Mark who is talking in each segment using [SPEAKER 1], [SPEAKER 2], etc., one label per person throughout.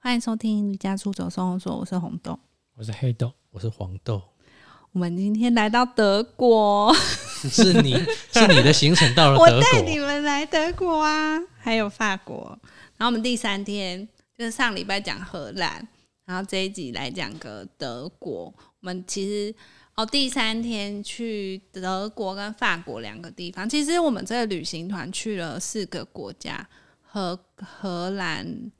[SPEAKER 1] 欢迎收听《离家出走生活说》，我是红豆。
[SPEAKER 2] 我是黑豆，
[SPEAKER 3] 我是黄豆，
[SPEAKER 1] 我们今天来到德国，
[SPEAKER 3] 是你是你的行程到了
[SPEAKER 1] 我
[SPEAKER 3] 德
[SPEAKER 1] 带你
[SPEAKER 3] 国，
[SPEAKER 1] 们来德国啊，还有法国。然后我们第三天就是上礼拜讲荷兰，然后这一集来讲个德国。我们其实哦，第三天去德国跟法国两个地方。其实我们这个旅行团去了四个国家：荷荷兰、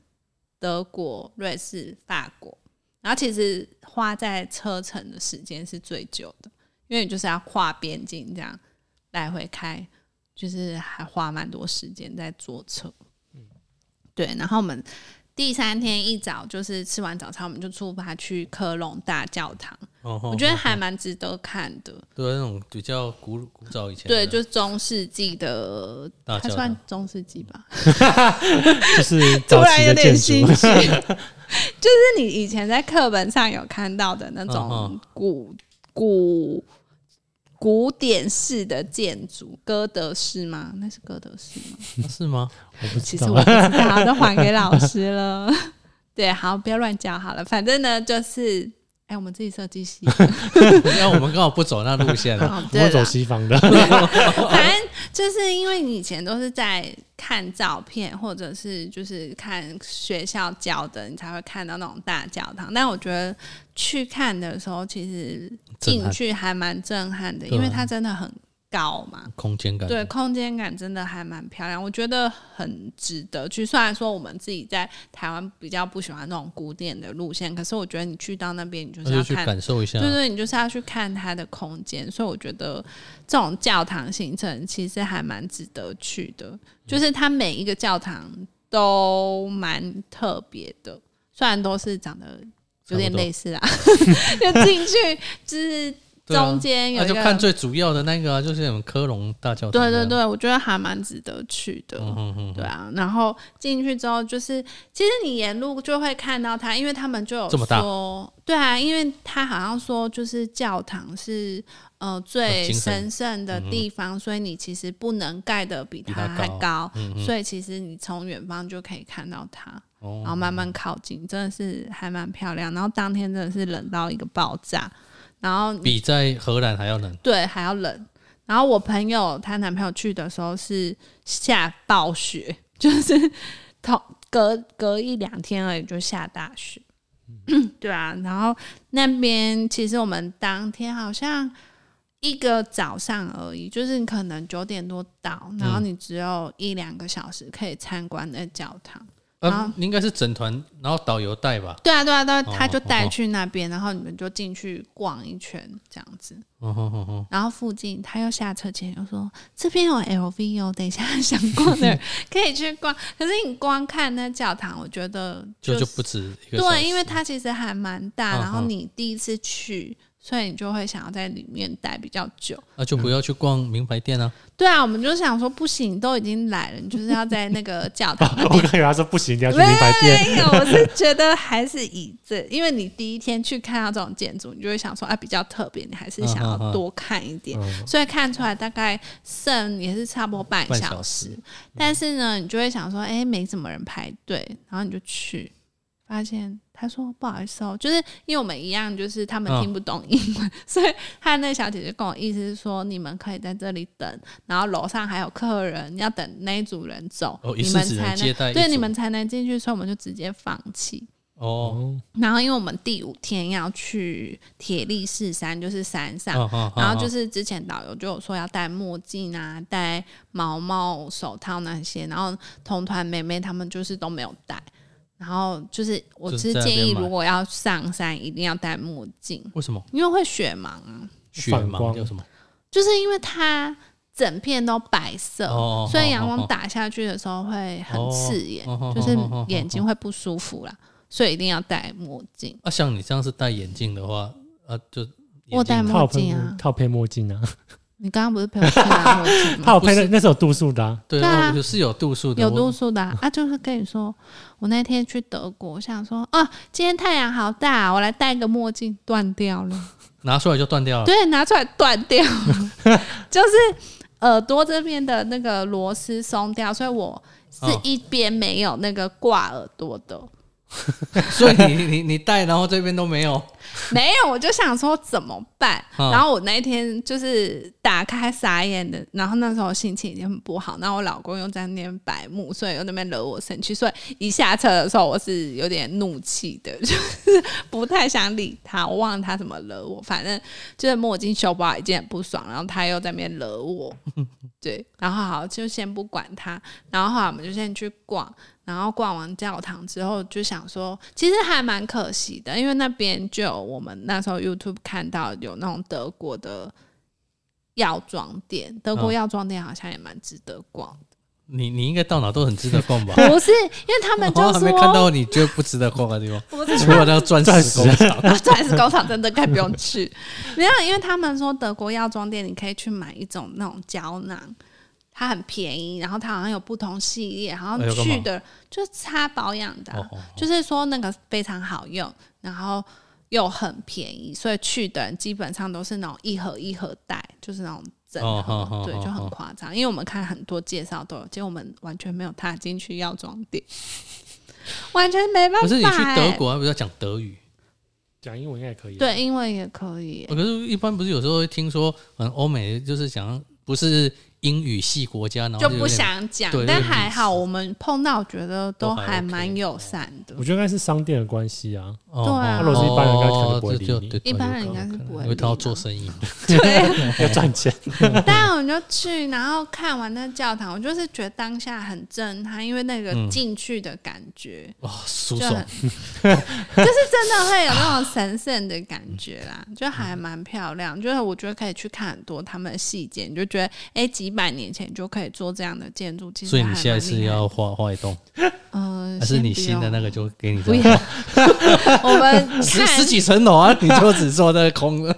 [SPEAKER 1] 德国、瑞士、法国。然后其实花在车程的时间是最久的，因为你就是要跨边境这样来回开，就是还花蛮多时间在坐车。
[SPEAKER 3] 嗯
[SPEAKER 1] 对。然后我们第三天一早就是吃完早餐，我们就出发去科隆大教堂，
[SPEAKER 3] 哦吼
[SPEAKER 1] 我觉得还蛮值得看的。
[SPEAKER 3] 对那种比较古古早以前的
[SPEAKER 1] 对，就是中世纪的，
[SPEAKER 3] 大
[SPEAKER 1] 它
[SPEAKER 3] 教
[SPEAKER 1] 算
[SPEAKER 3] 堂，
[SPEAKER 1] 中世纪吧，
[SPEAKER 2] 就是
[SPEAKER 1] 突
[SPEAKER 2] 早期
[SPEAKER 1] 然有
[SPEAKER 2] 的
[SPEAKER 1] 点
[SPEAKER 2] 建
[SPEAKER 1] 心
[SPEAKER 2] 筑，
[SPEAKER 1] 虚。 就是你以前在课本上有看到的那
[SPEAKER 3] 嗯
[SPEAKER 1] 种古古古典式的建筑，哥德式吗？那是哥德式吗？
[SPEAKER 3] 啊是吗？
[SPEAKER 2] 我不
[SPEAKER 1] 其实
[SPEAKER 2] 知道
[SPEAKER 1] 我。不知道，都还给老师了。 对，好，不要乱教好了。反正呢，就是哎、我们自己设计 系，
[SPEAKER 3] 那我们刚好不走那路线 啊了，
[SPEAKER 1] 哦
[SPEAKER 2] 我
[SPEAKER 1] 对
[SPEAKER 2] 们走
[SPEAKER 1] 了，
[SPEAKER 2] 西方的，
[SPEAKER 1] 反正就是因为你以前都是在看照片，或者是就是看学校教的，你才会看到那种大教堂。但我觉得去看的时候，其实
[SPEAKER 3] 震
[SPEAKER 1] 进
[SPEAKER 3] 撼
[SPEAKER 1] 去还蛮震撼的，
[SPEAKER 3] 对啊
[SPEAKER 1] 因为它真的很高嘛。
[SPEAKER 3] 空间感
[SPEAKER 1] 对，空间感真的还蛮漂亮，我觉得很值得去。虽然说我们自己在台湾比较不喜欢那种古典的路线，可是我觉得你去到那边，你就
[SPEAKER 3] 那
[SPEAKER 1] 是要
[SPEAKER 3] 就去
[SPEAKER 1] 看，
[SPEAKER 3] 感受一下啊
[SPEAKER 1] 对，对，你就是要去看它的空间。所以我觉得这种教堂行程其实还蛮值得去的，
[SPEAKER 3] 嗯
[SPEAKER 1] 就是它每一个教堂都蛮特别的，虽然都是长得有点
[SPEAKER 3] 差不多
[SPEAKER 1] 类似啦， 就进去就是
[SPEAKER 3] 对啊
[SPEAKER 1] 中间有
[SPEAKER 3] 那
[SPEAKER 1] 一
[SPEAKER 3] 就
[SPEAKER 1] 个。
[SPEAKER 3] 看最主要的那个啊，就是我们科隆大教堂，
[SPEAKER 1] 对对，对，我觉得还蛮值得去的。
[SPEAKER 3] 嗯嗯嗯，
[SPEAKER 1] 对啊，然后进去之后就是，其实你沿路就会看到它，因为他们就有
[SPEAKER 3] 这么大
[SPEAKER 1] 说，对啊，因为他好像说就是教堂是呃最
[SPEAKER 3] 精神
[SPEAKER 1] 神圣的地方，所以你其实不能盖的比
[SPEAKER 3] 嗯比
[SPEAKER 1] 它
[SPEAKER 3] 它
[SPEAKER 1] 还
[SPEAKER 3] 高
[SPEAKER 1] 高，
[SPEAKER 3] 嗯嗯
[SPEAKER 1] 所以其实你从远方就可以看到它，然后
[SPEAKER 3] 哦，
[SPEAKER 1] 慢慢靠近，真的是还蛮漂亮。然后当天真的是冷到一个爆炸，然后你
[SPEAKER 3] 比在荷兰还要冷，
[SPEAKER 1] 对，还要冷。然后我朋友她男朋友去的时候是下暴雪， 就是同隔隔一两天而已就下大雪。
[SPEAKER 3] 嗯
[SPEAKER 1] 对啊，然后那边其实我们当天好像一个早上而已，就是你可能九点多到，然
[SPEAKER 3] 嗯
[SPEAKER 1] 后你只有一两个小时可以参观那教堂。
[SPEAKER 3] 啊
[SPEAKER 1] 啊，
[SPEAKER 3] 应该是整团，然后导游带吧，
[SPEAKER 1] 对啊，对啊，对啊，
[SPEAKER 3] 哦
[SPEAKER 1] 他就带
[SPEAKER 3] 哦哦
[SPEAKER 1] 去那边，然后你们就进去逛一圈这样子。
[SPEAKER 3] 嗯哼哼哼，
[SPEAKER 1] 然后附近他又下车前又说这边有 LV 哦，等一下 想逛 的人可以去逛。可是你光看那教堂，我觉得
[SPEAKER 3] 就是就不止一个小时，
[SPEAKER 1] 对，因为它其实还蛮大，
[SPEAKER 3] 嗯
[SPEAKER 1] 然后
[SPEAKER 3] 嗯
[SPEAKER 1] 你第一次去，所以你就会想要在里面待比较久。
[SPEAKER 3] 那啊就不要去逛名牌店啊，
[SPEAKER 1] 对啊，我们就想说不行，都已经来了，你就是要在那个教堂 那
[SPEAKER 2] 我
[SPEAKER 1] 边。
[SPEAKER 2] 刚以为他说不行，你要去名牌店，
[SPEAKER 1] 没有，我是觉得还是以这，因为你第一天去看到这种建筑，你就会想说，哎、比较特别，你还是想
[SPEAKER 3] 嗯嗯
[SPEAKER 1] 要
[SPEAKER 3] 嗯
[SPEAKER 1] 多看一点。
[SPEAKER 2] 嗯
[SPEAKER 1] 所以看出来大概剩也是差不多半小时，
[SPEAKER 3] 半小时
[SPEAKER 1] 但是呢，你就会想说，哎、没怎么人排队，然后你就去，发现他说不好意思哦，就是因为我们一样，就是他们
[SPEAKER 3] 嗯
[SPEAKER 1] 听不懂英文，所以他那小姐姐跟我意思是说，你们可以在这里等，然后楼上还有客人，要等那一组人走，
[SPEAKER 3] 哦一
[SPEAKER 1] 你
[SPEAKER 3] 次
[SPEAKER 1] 们
[SPEAKER 3] 只能
[SPEAKER 1] 才
[SPEAKER 3] 接待
[SPEAKER 1] 能
[SPEAKER 3] 一
[SPEAKER 1] 对
[SPEAKER 3] 组
[SPEAKER 1] 你们才能进去，所以我们就直接放弃。
[SPEAKER 3] 哦，
[SPEAKER 2] 哦，
[SPEAKER 1] 然后，因为我们第五天要去铁力士山，就是山上，
[SPEAKER 3] 嗯嗯嗯
[SPEAKER 1] 然后就
[SPEAKER 3] 嗯
[SPEAKER 1] 是之前导游就有说要戴墨镜啊、戴毛毛手套那些，然后同团妹妹她们就是都没有戴。然后就是，我
[SPEAKER 3] 就是是在那
[SPEAKER 1] 建
[SPEAKER 3] 边
[SPEAKER 1] 议
[SPEAKER 3] 买
[SPEAKER 1] 如果要上山，一定要戴墨镜，
[SPEAKER 3] 为什么
[SPEAKER 1] 因为会雪盲啊。
[SPEAKER 3] 雪
[SPEAKER 2] 反
[SPEAKER 3] 盲
[SPEAKER 2] 光
[SPEAKER 3] 叫什么？
[SPEAKER 1] 就是因为它整片都白色，
[SPEAKER 3] 哦哦
[SPEAKER 1] 所以
[SPEAKER 3] 哦
[SPEAKER 1] 阳
[SPEAKER 3] 哦
[SPEAKER 1] 光
[SPEAKER 3] 哦
[SPEAKER 1] 打下去的时候会很
[SPEAKER 3] 哦
[SPEAKER 1] 刺眼，
[SPEAKER 3] 哦哦
[SPEAKER 1] 就是
[SPEAKER 3] 哦哦哦
[SPEAKER 1] 眼睛会不舒服啦，所以一定要戴墨镜。
[SPEAKER 3] 啊，像你这样是戴眼镜的话，啊，就
[SPEAKER 1] 我戴
[SPEAKER 3] 眼镜
[SPEAKER 1] 墨
[SPEAKER 2] 套
[SPEAKER 1] 镜
[SPEAKER 2] 配
[SPEAKER 1] 啊
[SPEAKER 2] 套配墨镜啊，
[SPEAKER 1] 你刚刚不是陪我去拿 墨镜吗？
[SPEAKER 2] 套
[SPEAKER 3] 不
[SPEAKER 2] 配那
[SPEAKER 3] 是
[SPEAKER 2] 那是有度数的啊，
[SPEAKER 3] 对
[SPEAKER 1] 对啊
[SPEAKER 3] 啊，我是有度数的，
[SPEAKER 1] 有
[SPEAKER 3] 我
[SPEAKER 1] 度数的啊啊就是跟你说，我那天去德国，我想说，啊，今天太阳好大、我来戴个墨镜，断掉了。
[SPEAKER 3] 拿出来就断掉了。
[SPEAKER 1] 对，拿出来断掉了， 就是耳朵这边的那个螺丝松掉，所以我是
[SPEAKER 3] 哦
[SPEAKER 1] 一边没有那个挂耳朵的，
[SPEAKER 3] 所以你你你带，然后这边都没有，
[SPEAKER 1] 没有，我就想说怎么办。
[SPEAKER 3] 嗯
[SPEAKER 1] 然后我那一天就是打开傻眼的，然后那时候心情已经很不好，然后我老公又在那边白目，所以又在那边惹我生气，所以一下车的时候我是有点怒气的， 就是不太想理他，我忘了他怎么惹我，反正就是墨镜修不好已经很不爽，然后他又在那边惹我，对，然后好就先不管他，然后后来我们就先去逛，然后逛完教堂之后，就想说，其实还蛮可惜的，因为那边就有我们那时候 YouTube 看到有那种德国的药妆店，德国
[SPEAKER 3] 嗯
[SPEAKER 1] 药妆店好像也蛮值得逛。
[SPEAKER 3] 你你应该到哪都很值得逛吧？
[SPEAKER 1] 不是，因为他们 就
[SPEAKER 3] 我还没看
[SPEAKER 1] 说，
[SPEAKER 3] 到你觉得不值得逛的 地方，
[SPEAKER 1] 不是
[SPEAKER 3] 除了那个钻
[SPEAKER 2] 钻
[SPEAKER 3] 石
[SPEAKER 2] 石
[SPEAKER 3] 工厂。
[SPEAKER 1] 然后钻石工厂真的可以不用去，没有，因为他们说德国药妆店你可以去买一种那种胶囊，它很便宜，然后它好像有不同系列，然后
[SPEAKER 3] 哎有干嘛
[SPEAKER 1] 去的就是擦保养的啊、
[SPEAKER 3] 哦哦
[SPEAKER 1] 就是说那个非常好用，然后又很便宜，所以去的人基本上都是那种一盒一盒带，就是那种整盒，
[SPEAKER 3] 哦好好
[SPEAKER 1] 对，
[SPEAKER 3] 好
[SPEAKER 1] 就很
[SPEAKER 3] 好
[SPEAKER 1] 夸张。因为我们看很多介绍都有，结果我们完全没有踏进去药妆店， 完全没办法、欸。
[SPEAKER 3] 可是你去德国，还不是要讲德语？哦
[SPEAKER 2] 讲英文应该可以。，啊
[SPEAKER 1] 对，英文也可以欸、
[SPEAKER 3] 可是，一般不是有时候会听说，嗯，欧美就是想不是英语系国家，然后
[SPEAKER 1] 就
[SPEAKER 3] 哦有
[SPEAKER 1] 不
[SPEAKER 3] 点
[SPEAKER 1] 想讲
[SPEAKER 3] 对，
[SPEAKER 1] 但
[SPEAKER 3] 有点
[SPEAKER 1] 还
[SPEAKER 3] 意思
[SPEAKER 1] 好我们碰到，觉得
[SPEAKER 3] 都
[SPEAKER 1] 都
[SPEAKER 3] 还
[SPEAKER 1] 还
[SPEAKER 3] OK
[SPEAKER 1] 蛮友善的
[SPEAKER 2] 我。觉得应该是商店的关系啊。
[SPEAKER 3] 哦
[SPEAKER 1] 对啊如
[SPEAKER 2] 果是一般人应该可能
[SPEAKER 3] 哦
[SPEAKER 2] 不会理
[SPEAKER 3] 就
[SPEAKER 2] 你
[SPEAKER 3] 对对
[SPEAKER 1] 一般
[SPEAKER 3] 有
[SPEAKER 1] 人应
[SPEAKER 3] 可
[SPEAKER 1] 该是
[SPEAKER 3] 能
[SPEAKER 1] 不会
[SPEAKER 3] 因为他
[SPEAKER 1] 理
[SPEAKER 3] 要
[SPEAKER 1] 你
[SPEAKER 3] 做
[SPEAKER 1] 嘛
[SPEAKER 3] 生意嘛。
[SPEAKER 1] 对，
[SPEAKER 2] 要 赚钱，
[SPEAKER 1] 但我就去，然后看完那教堂，我就是觉得当下很震撼，因为那个
[SPEAKER 3] 嗯
[SPEAKER 1] 进去的感觉，
[SPEAKER 3] 哇，哦舒
[SPEAKER 1] 就
[SPEAKER 3] 爽
[SPEAKER 1] 很，就是真的会有那种神圣的感觉啦，就还蛮漂亮。就是我觉得可以去看很多他们的细节，你就觉得哎、诶几百年前就可以做这样的建筑，其实
[SPEAKER 3] 所以
[SPEAKER 1] 还
[SPEAKER 3] 你
[SPEAKER 1] 蛮
[SPEAKER 3] 下一
[SPEAKER 1] 厉
[SPEAKER 3] 次
[SPEAKER 1] 害
[SPEAKER 3] 要画画一栋，
[SPEAKER 1] 嗯，
[SPEAKER 3] 还是
[SPEAKER 1] 先
[SPEAKER 3] 你
[SPEAKER 1] 不
[SPEAKER 3] 新的
[SPEAKER 1] 用
[SPEAKER 3] 那个 就给你
[SPEAKER 1] 不
[SPEAKER 3] 这样
[SPEAKER 1] 要， 我们
[SPEAKER 3] 十
[SPEAKER 1] 看
[SPEAKER 3] 十几层楼啊，你就只坐在 空的，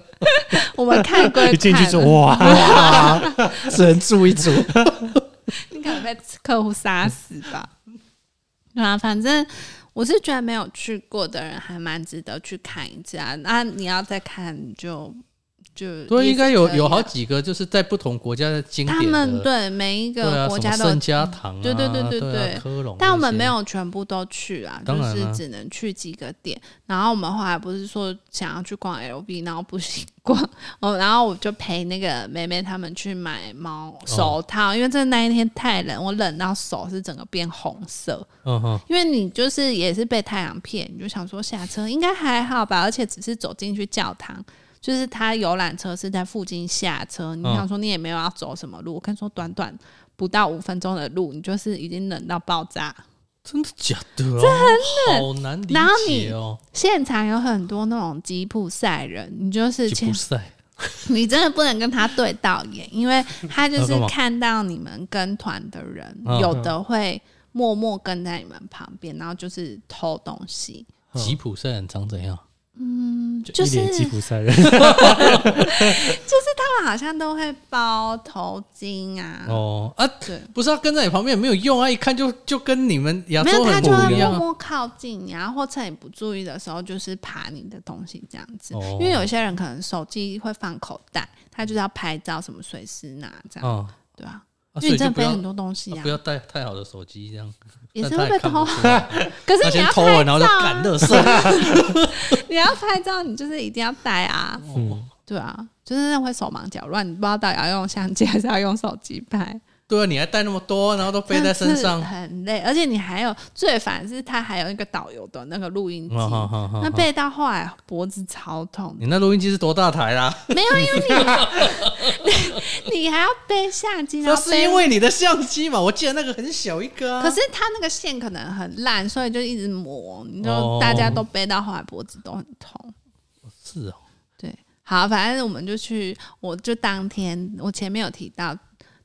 [SPEAKER 1] 我们看归
[SPEAKER 2] 一进去
[SPEAKER 1] 看
[SPEAKER 2] 说哇，
[SPEAKER 3] 哇，只能住 一住。
[SPEAKER 1] 你可能被客户杀死吧。对啊，反正我是觉得没有去过的人还蛮值得去看一次啊。那你要再看就就
[SPEAKER 3] 对，
[SPEAKER 1] 也
[SPEAKER 3] 应该
[SPEAKER 1] 是
[SPEAKER 3] 有
[SPEAKER 1] 可以啊
[SPEAKER 3] 有好
[SPEAKER 1] 的
[SPEAKER 3] 几个，就是在不同国家的经典
[SPEAKER 1] 他
[SPEAKER 3] 的
[SPEAKER 1] 们对每一
[SPEAKER 3] 对
[SPEAKER 1] 个
[SPEAKER 3] 啊，
[SPEAKER 1] 国
[SPEAKER 3] 什
[SPEAKER 1] 家
[SPEAKER 3] 么
[SPEAKER 1] 都有
[SPEAKER 3] 圣，家堂啊，
[SPEAKER 1] 对对对对
[SPEAKER 3] 对
[SPEAKER 1] 对
[SPEAKER 3] 啊科隆，
[SPEAKER 1] 但我们没。有全部都去啊，就
[SPEAKER 3] 当然
[SPEAKER 1] 是
[SPEAKER 3] 啊
[SPEAKER 1] 只能去几个点。然后我们后来不是说想要去逛 LV，然后不行逛，哦，然后我就陪那个妹妹他们去买毛
[SPEAKER 3] 哦
[SPEAKER 1] 手套，因为真的那一天太冷，我冷到手是整个变红色。
[SPEAKER 3] 嗯哼，
[SPEAKER 1] 因为你就是也是被太阳骗，你就想说下车应该还好吧，而且只是走进去教堂，就是他游览车是在附近下车，你
[SPEAKER 3] 嗯
[SPEAKER 1] 想说你也没有要走什么路，我跟你说短短不到五分钟的路，你就是已经冷到爆炸。
[SPEAKER 3] 真的假的啊？这很好难理
[SPEAKER 1] 然后
[SPEAKER 3] 解哦。
[SPEAKER 1] 现场有很多那种吉普赛人，你就是
[SPEAKER 3] 吉
[SPEAKER 1] 前
[SPEAKER 3] 普赛，
[SPEAKER 1] 你真的不能跟他对到眼，因为他就
[SPEAKER 3] 要
[SPEAKER 1] 是
[SPEAKER 3] 干嘛
[SPEAKER 1] 看到你们跟团的人，
[SPEAKER 3] 嗯
[SPEAKER 1] 有的会默默跟在你们旁边，然后就是偷东西。
[SPEAKER 3] 吉普赛人长怎样？
[SPEAKER 1] 就
[SPEAKER 2] 一
[SPEAKER 1] 是
[SPEAKER 2] 脸吉普 赛人，
[SPEAKER 1] 他们好像都会包头巾啊，
[SPEAKER 3] 哦啊，
[SPEAKER 1] 对，
[SPEAKER 3] 不是啊，跟在你旁边也没有用啊，一看就就跟你们亚
[SPEAKER 1] 没有
[SPEAKER 3] 洲
[SPEAKER 1] 他
[SPEAKER 3] 很
[SPEAKER 1] 就
[SPEAKER 3] 不
[SPEAKER 1] 会
[SPEAKER 3] 一
[SPEAKER 1] 默
[SPEAKER 3] 样啊。
[SPEAKER 1] 默靠近你啊，或趁你不注意的时候，就是爬你的东西这样子。
[SPEAKER 3] 哦
[SPEAKER 1] 因为有些人可能手机会放口袋，他就是要拍照，什么随时拿这样，
[SPEAKER 3] 嗯，
[SPEAKER 1] 对啊。
[SPEAKER 3] 啊
[SPEAKER 1] 因为
[SPEAKER 3] 所以
[SPEAKER 1] 你真
[SPEAKER 3] 就
[SPEAKER 1] 的
[SPEAKER 3] 不
[SPEAKER 1] 背
[SPEAKER 3] 要
[SPEAKER 1] 很多东西
[SPEAKER 3] 啊
[SPEAKER 1] 啊
[SPEAKER 3] 不，要带太好的手机，这样
[SPEAKER 1] 也是
[SPEAKER 3] 但他
[SPEAKER 1] 会被
[SPEAKER 3] 看不
[SPEAKER 1] 偷。
[SPEAKER 3] 出来
[SPEAKER 1] 可
[SPEAKER 3] 他
[SPEAKER 1] 是你
[SPEAKER 3] 先
[SPEAKER 1] 要
[SPEAKER 3] 偷了，
[SPEAKER 1] 拍
[SPEAKER 3] 然
[SPEAKER 1] 照
[SPEAKER 3] 后就赶
[SPEAKER 1] 啊，
[SPEAKER 3] 乐色。
[SPEAKER 1] 你要拍照，你就是一定要带啊，
[SPEAKER 3] 哦
[SPEAKER 2] 嗯，
[SPEAKER 1] 对啊，就是会手忙脚乱，你不知道到底要用相机还是要用手机拍。
[SPEAKER 3] 对啊，你还带那么多，然后都 背在身上。
[SPEAKER 1] 很累，而且你还有最烦是他还有一个导游的那个录音机，
[SPEAKER 3] 嗯哼哼哼
[SPEAKER 1] 那
[SPEAKER 3] 哼
[SPEAKER 1] 背到后来脖子超痛的，
[SPEAKER 3] 你那录音机是多大台啦？
[SPEAKER 1] 没有，因为你 你你还要背相机，然
[SPEAKER 3] 那
[SPEAKER 1] 后
[SPEAKER 3] 是
[SPEAKER 1] 背
[SPEAKER 3] 因为你的相机嘛？我记得那个很小一个啊。
[SPEAKER 1] 可是他那个线可能很烂，所以就一直磨，你
[SPEAKER 3] 哦
[SPEAKER 1] 就大家都背到后来脖子都很痛。
[SPEAKER 3] 是哦，
[SPEAKER 1] 对，好，反正我们就去，我就当天我前面有提到。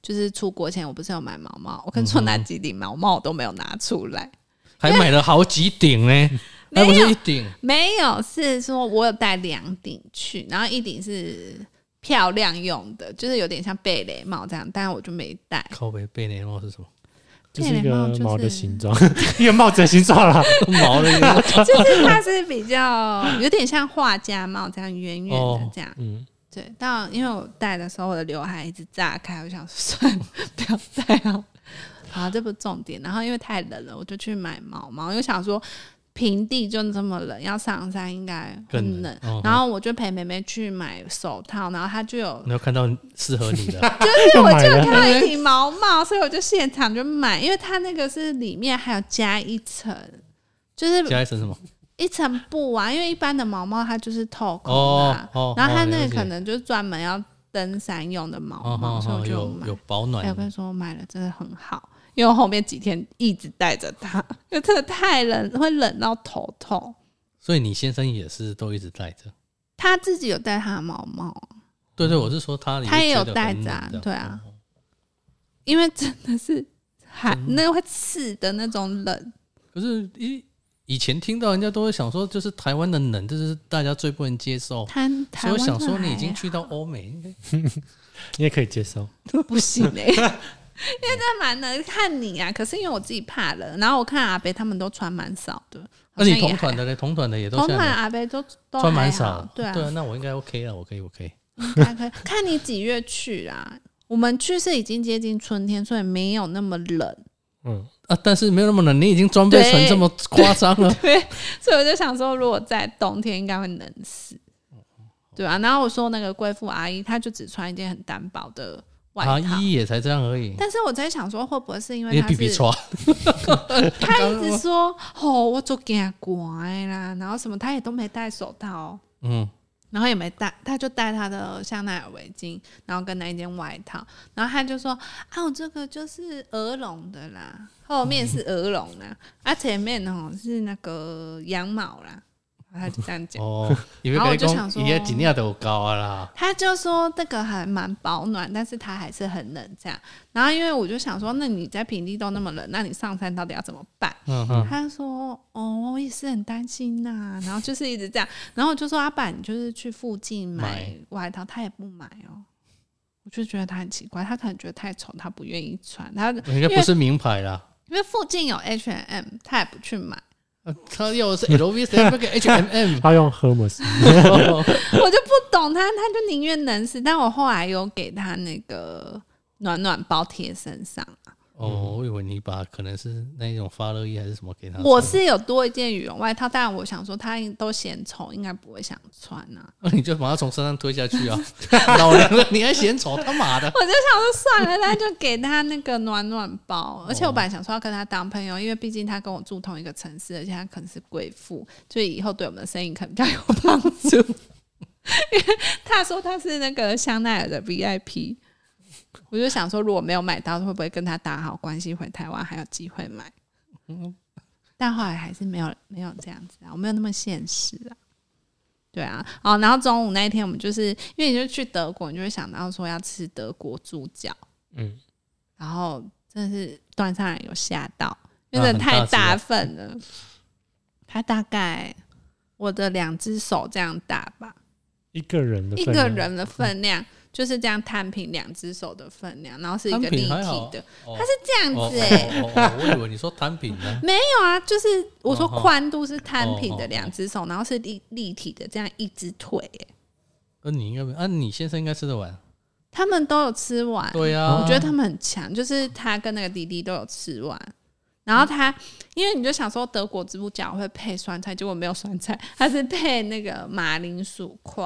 [SPEAKER 1] 就是出国前，我不是有买毛毛，我跟
[SPEAKER 3] 嗯
[SPEAKER 1] 你说那几顶毛毛我都没有拿出来，
[SPEAKER 3] 还买了好几顶呢，
[SPEAKER 1] 没
[SPEAKER 3] 还不
[SPEAKER 1] 有
[SPEAKER 3] 是一顶。
[SPEAKER 1] 没有，是说我有带两顶去，然后一顶是漂亮用的，就是有点像贝雷帽这样，但我就没带。
[SPEAKER 3] 靠背贝雷帽是什么？
[SPEAKER 2] 就是一
[SPEAKER 1] 贝雷帽
[SPEAKER 2] 个
[SPEAKER 1] 就是
[SPEAKER 2] 毛的形状， 一个帽子的形状 啦。
[SPEAKER 3] 毛的一个
[SPEAKER 1] 就是它是比较有点像画家帽这样圆圆的
[SPEAKER 3] 哦
[SPEAKER 1] 这样，
[SPEAKER 2] 嗯，
[SPEAKER 1] 对。但因为我戴的时候我的刘海一直炸开，我想说算了，不要戴好了。好，这不是重点。然后因为太冷了，我就去买毛毛，又想说平地就这么冷，要上山应该
[SPEAKER 3] 更
[SPEAKER 1] 很
[SPEAKER 3] 冷
[SPEAKER 1] 冷。
[SPEAKER 3] 哦
[SPEAKER 1] 然后我就陪妹妹去买手套，然后她就有
[SPEAKER 3] 你有看到适合你的
[SPEAKER 2] 又
[SPEAKER 1] 我
[SPEAKER 2] 买
[SPEAKER 1] 就有看
[SPEAKER 2] 了，
[SPEAKER 3] 嗯
[SPEAKER 1] 到一顶毛帽，所以我就现场就买，因为它那个是里面还有加一层，就是
[SPEAKER 3] 加一 层什么？
[SPEAKER 1] 一层布啊，因为一般的毛帽它就是透空的
[SPEAKER 3] 哦
[SPEAKER 1] 啊、
[SPEAKER 3] 哦，
[SPEAKER 1] 然后它
[SPEAKER 3] 哦
[SPEAKER 1] 那
[SPEAKER 3] 了
[SPEAKER 1] 个
[SPEAKER 3] 解
[SPEAKER 1] 可能就是专门要登山用的毛
[SPEAKER 3] 哦
[SPEAKER 1] 毛，
[SPEAKER 3] 哦
[SPEAKER 1] 所以我
[SPEAKER 3] 哦，
[SPEAKER 1] 就有
[SPEAKER 3] 有
[SPEAKER 1] 买。
[SPEAKER 3] 有保
[SPEAKER 1] 哎、我跟你
[SPEAKER 3] 暖，
[SPEAKER 1] 说，我买了真的很好，因为我后面几天一直戴着它，因为真的太冷，会冷到头痛。
[SPEAKER 3] 所以你先生也是都一直戴着。
[SPEAKER 1] 他自己有戴他的毛毛，
[SPEAKER 3] 对对，我是说他
[SPEAKER 1] 他也有
[SPEAKER 3] 觉得
[SPEAKER 1] 戴
[SPEAKER 3] 很
[SPEAKER 1] 着
[SPEAKER 3] 冷
[SPEAKER 1] 啊
[SPEAKER 3] 这样
[SPEAKER 1] 对啊
[SPEAKER 3] 哦
[SPEAKER 1] 因为真的是寒，那个会刺的那种冷。
[SPEAKER 3] 可是以以前听到人家都会想说，就是台湾的冷，这是大家最不能接受。
[SPEAKER 1] 台台
[SPEAKER 3] 所以
[SPEAKER 1] 湾
[SPEAKER 3] 我想
[SPEAKER 1] 的
[SPEAKER 3] 说，你已
[SPEAKER 1] 还
[SPEAKER 3] 经去到欧美，应该
[SPEAKER 2] 你也可以接受。
[SPEAKER 1] 不行 哎、欸，因为这蛮难看你啊。可是因为我自己怕冷，然后我看阿北他们都穿蛮少的，好
[SPEAKER 3] 那
[SPEAKER 1] 像
[SPEAKER 3] 啊
[SPEAKER 1] 也
[SPEAKER 3] 你同
[SPEAKER 1] 还
[SPEAKER 3] 团的嘞，同团的也都
[SPEAKER 1] 同
[SPEAKER 3] 像
[SPEAKER 1] 款
[SPEAKER 3] 你
[SPEAKER 1] 阿北都都
[SPEAKER 3] 穿
[SPEAKER 1] 还
[SPEAKER 3] 蛮
[SPEAKER 1] 好
[SPEAKER 3] 少，
[SPEAKER 1] 对啊，
[SPEAKER 3] 对啊，那我应该 OK 了，我可以，我可以。
[SPEAKER 1] 应该可以。 看你几月去啊？我们去是已经接近春天，所以没有那么冷。
[SPEAKER 2] 嗯，
[SPEAKER 3] 啊，但是没有那么冷，你已经装备
[SPEAKER 1] 对，
[SPEAKER 3] 成这么夸张了
[SPEAKER 1] 对，所以我就想说，如果在冬天应该会冷死，对啊。然后我说那个贵妇阿姨，她就只穿一件很单薄的外
[SPEAKER 3] 啊，
[SPEAKER 1] 套。
[SPEAKER 3] 一也才这样而已。
[SPEAKER 1] 但是我在想说，会不会是因为
[SPEAKER 3] 你
[SPEAKER 1] 她
[SPEAKER 3] 比
[SPEAKER 1] 是
[SPEAKER 3] 比抓，
[SPEAKER 1] 他一直说：“哦，我做假乖啦，啊然后什么，他也都没戴手套，
[SPEAKER 3] 嗯，
[SPEAKER 1] 然后也没戴，他就戴他的香奈儿围巾，然后跟那一件外套，然后他就说：‘啊，我这个就是鹅绒的啦，后面是鹅绒啦，啊，前面哦是那个羊毛啦。’他就这样讲。”
[SPEAKER 3] 哦，因为
[SPEAKER 1] 然后
[SPEAKER 3] 跟
[SPEAKER 1] 我
[SPEAKER 3] 你
[SPEAKER 1] 就想
[SPEAKER 3] 讲，
[SPEAKER 1] 说
[SPEAKER 3] 你也尽量都有高 啊啦，
[SPEAKER 1] 他就说这个还蛮保暖，但是他还是很冷这样。然后因为我就想说，那你在平地都那么冷，那你上山到底要怎么办？
[SPEAKER 3] 嗯嗯，
[SPEAKER 1] 他说：“哦，我也是很担心呐、 然后就是一直这样，然后我就说：“阿爸，你就是去附近买
[SPEAKER 3] 买
[SPEAKER 1] 外套，他也不买哦。”我就觉得他很奇怪，他可能觉得太丑，他不愿意穿。他因
[SPEAKER 3] 应该不是名牌啦。
[SPEAKER 1] 为附近有 H&M，他也不去买，
[SPEAKER 3] 啊他要的是 LV，谁不给 H&M？
[SPEAKER 2] 他用 Hermes，
[SPEAKER 3] 哦
[SPEAKER 1] 我就不懂他，他就宁愿冷死。但我后来有给他那个暖暖包贴身上，
[SPEAKER 3] 哦，我以为你把可能是那种发热衣还是什么给他穿。
[SPEAKER 1] 我是有多一件羽绒外套，但我想说他都嫌丑，应该不会想穿啊。
[SPEAKER 3] 那哦你就把他从身上推下 去啊！ 老娘的，你还嫌丑，他妈的！
[SPEAKER 1] 我就想说算了，那就给他那个暖暖包。而且我本来想说要跟他当朋友，因为毕竟他跟我住同一个城市，而且他可能是贵妇，所以以后对我们的生意可能比较有帮助。因 为他说他是那个香奈儿的 VIP，我就想说如果没有买到，会不会跟他打好关系，回台湾还有机会买？但后来还是没有没有这样子啊，我没有那么现实啊。对啊，哦，然后中午那一天我们就是因为你就去德国，你就会想到说要吃德国猪脚，
[SPEAKER 2] 嗯，
[SPEAKER 1] 然后真的是端上来有吓到，因
[SPEAKER 3] 啊
[SPEAKER 1] 为真的太大份了。它大概我的两只手这样大吧，
[SPEAKER 2] 一个人的
[SPEAKER 1] 一
[SPEAKER 2] 分量
[SPEAKER 1] 个人
[SPEAKER 3] 啊
[SPEAKER 1] 的分量就是这样摊平两只手的分量，然后是一个
[SPEAKER 3] 摊
[SPEAKER 1] 立
[SPEAKER 3] 品
[SPEAKER 1] 体
[SPEAKER 3] 还好，
[SPEAKER 1] 的，
[SPEAKER 3] 哦
[SPEAKER 1] 它是这样
[SPEAKER 3] 哦
[SPEAKER 1] 子哎、欸。
[SPEAKER 3] 哦哦哦我以为你说摊饼呢。
[SPEAKER 1] 没有啊，就是我说
[SPEAKER 3] 哦哦
[SPEAKER 1] 宽度是摊平
[SPEAKER 3] 哦哦
[SPEAKER 1] 的
[SPEAKER 3] 哦
[SPEAKER 1] 两只手，然后是立立体的这样一只腿、欸，
[SPEAKER 3] 那你应该没，啊，你先生应该吃得完。
[SPEAKER 1] 他们都有吃完，
[SPEAKER 3] 对啊，
[SPEAKER 1] 我觉得
[SPEAKER 2] 嗯
[SPEAKER 1] 他们很强，就是他跟那个弟弟都有吃完。然后他，因为你就想说德国猪脚会配酸菜，结果没有酸菜，它是配那个马铃薯块，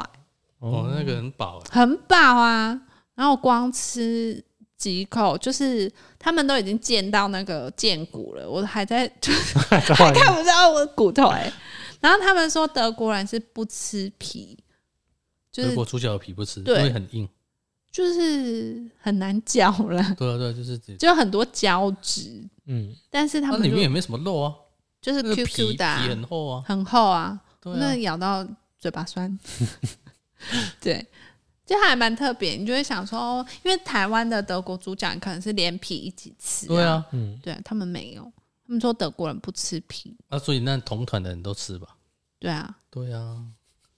[SPEAKER 3] 哦，那个很饱欸，
[SPEAKER 1] 很饱啊。然后光吃几口，就是他们都已经见到那个腱骨了，我还在
[SPEAKER 2] 在外 面
[SPEAKER 1] 看不到我的骨头哎、然后他们说德国人是不吃皮，就
[SPEAKER 3] 德
[SPEAKER 1] 是
[SPEAKER 3] 国猪脚的皮不吃，因
[SPEAKER 1] 对
[SPEAKER 3] 为很硬。
[SPEAKER 1] 就是很难嚼啦，
[SPEAKER 3] 对啊，对啊，就是只
[SPEAKER 1] 就很多胶质，
[SPEAKER 2] 嗯，
[SPEAKER 1] 但是他
[SPEAKER 3] 它
[SPEAKER 1] 们
[SPEAKER 3] 里
[SPEAKER 1] 就
[SPEAKER 3] 面也没什么肉啊，
[SPEAKER 1] 就
[SPEAKER 3] 那
[SPEAKER 1] 是
[SPEAKER 3] 个皮
[SPEAKER 1] QQ
[SPEAKER 3] 皮
[SPEAKER 1] 的啊、
[SPEAKER 3] 很厚啊。
[SPEAKER 1] 很厚啊，
[SPEAKER 3] 对
[SPEAKER 1] 那
[SPEAKER 3] 啊，
[SPEAKER 1] 咬到嘴巴酸。 对，就还蛮特别，你就会想说，哦因为台湾的德国猪脚你可能是连皮一起吃、
[SPEAKER 3] 对，啊，
[SPEAKER 2] 嗯，
[SPEAKER 1] 对他们没有，他们说德国人不吃皮，
[SPEAKER 3] 那啊所以那同团的人都吃吧。
[SPEAKER 1] 对啊。
[SPEAKER 3] 对啊，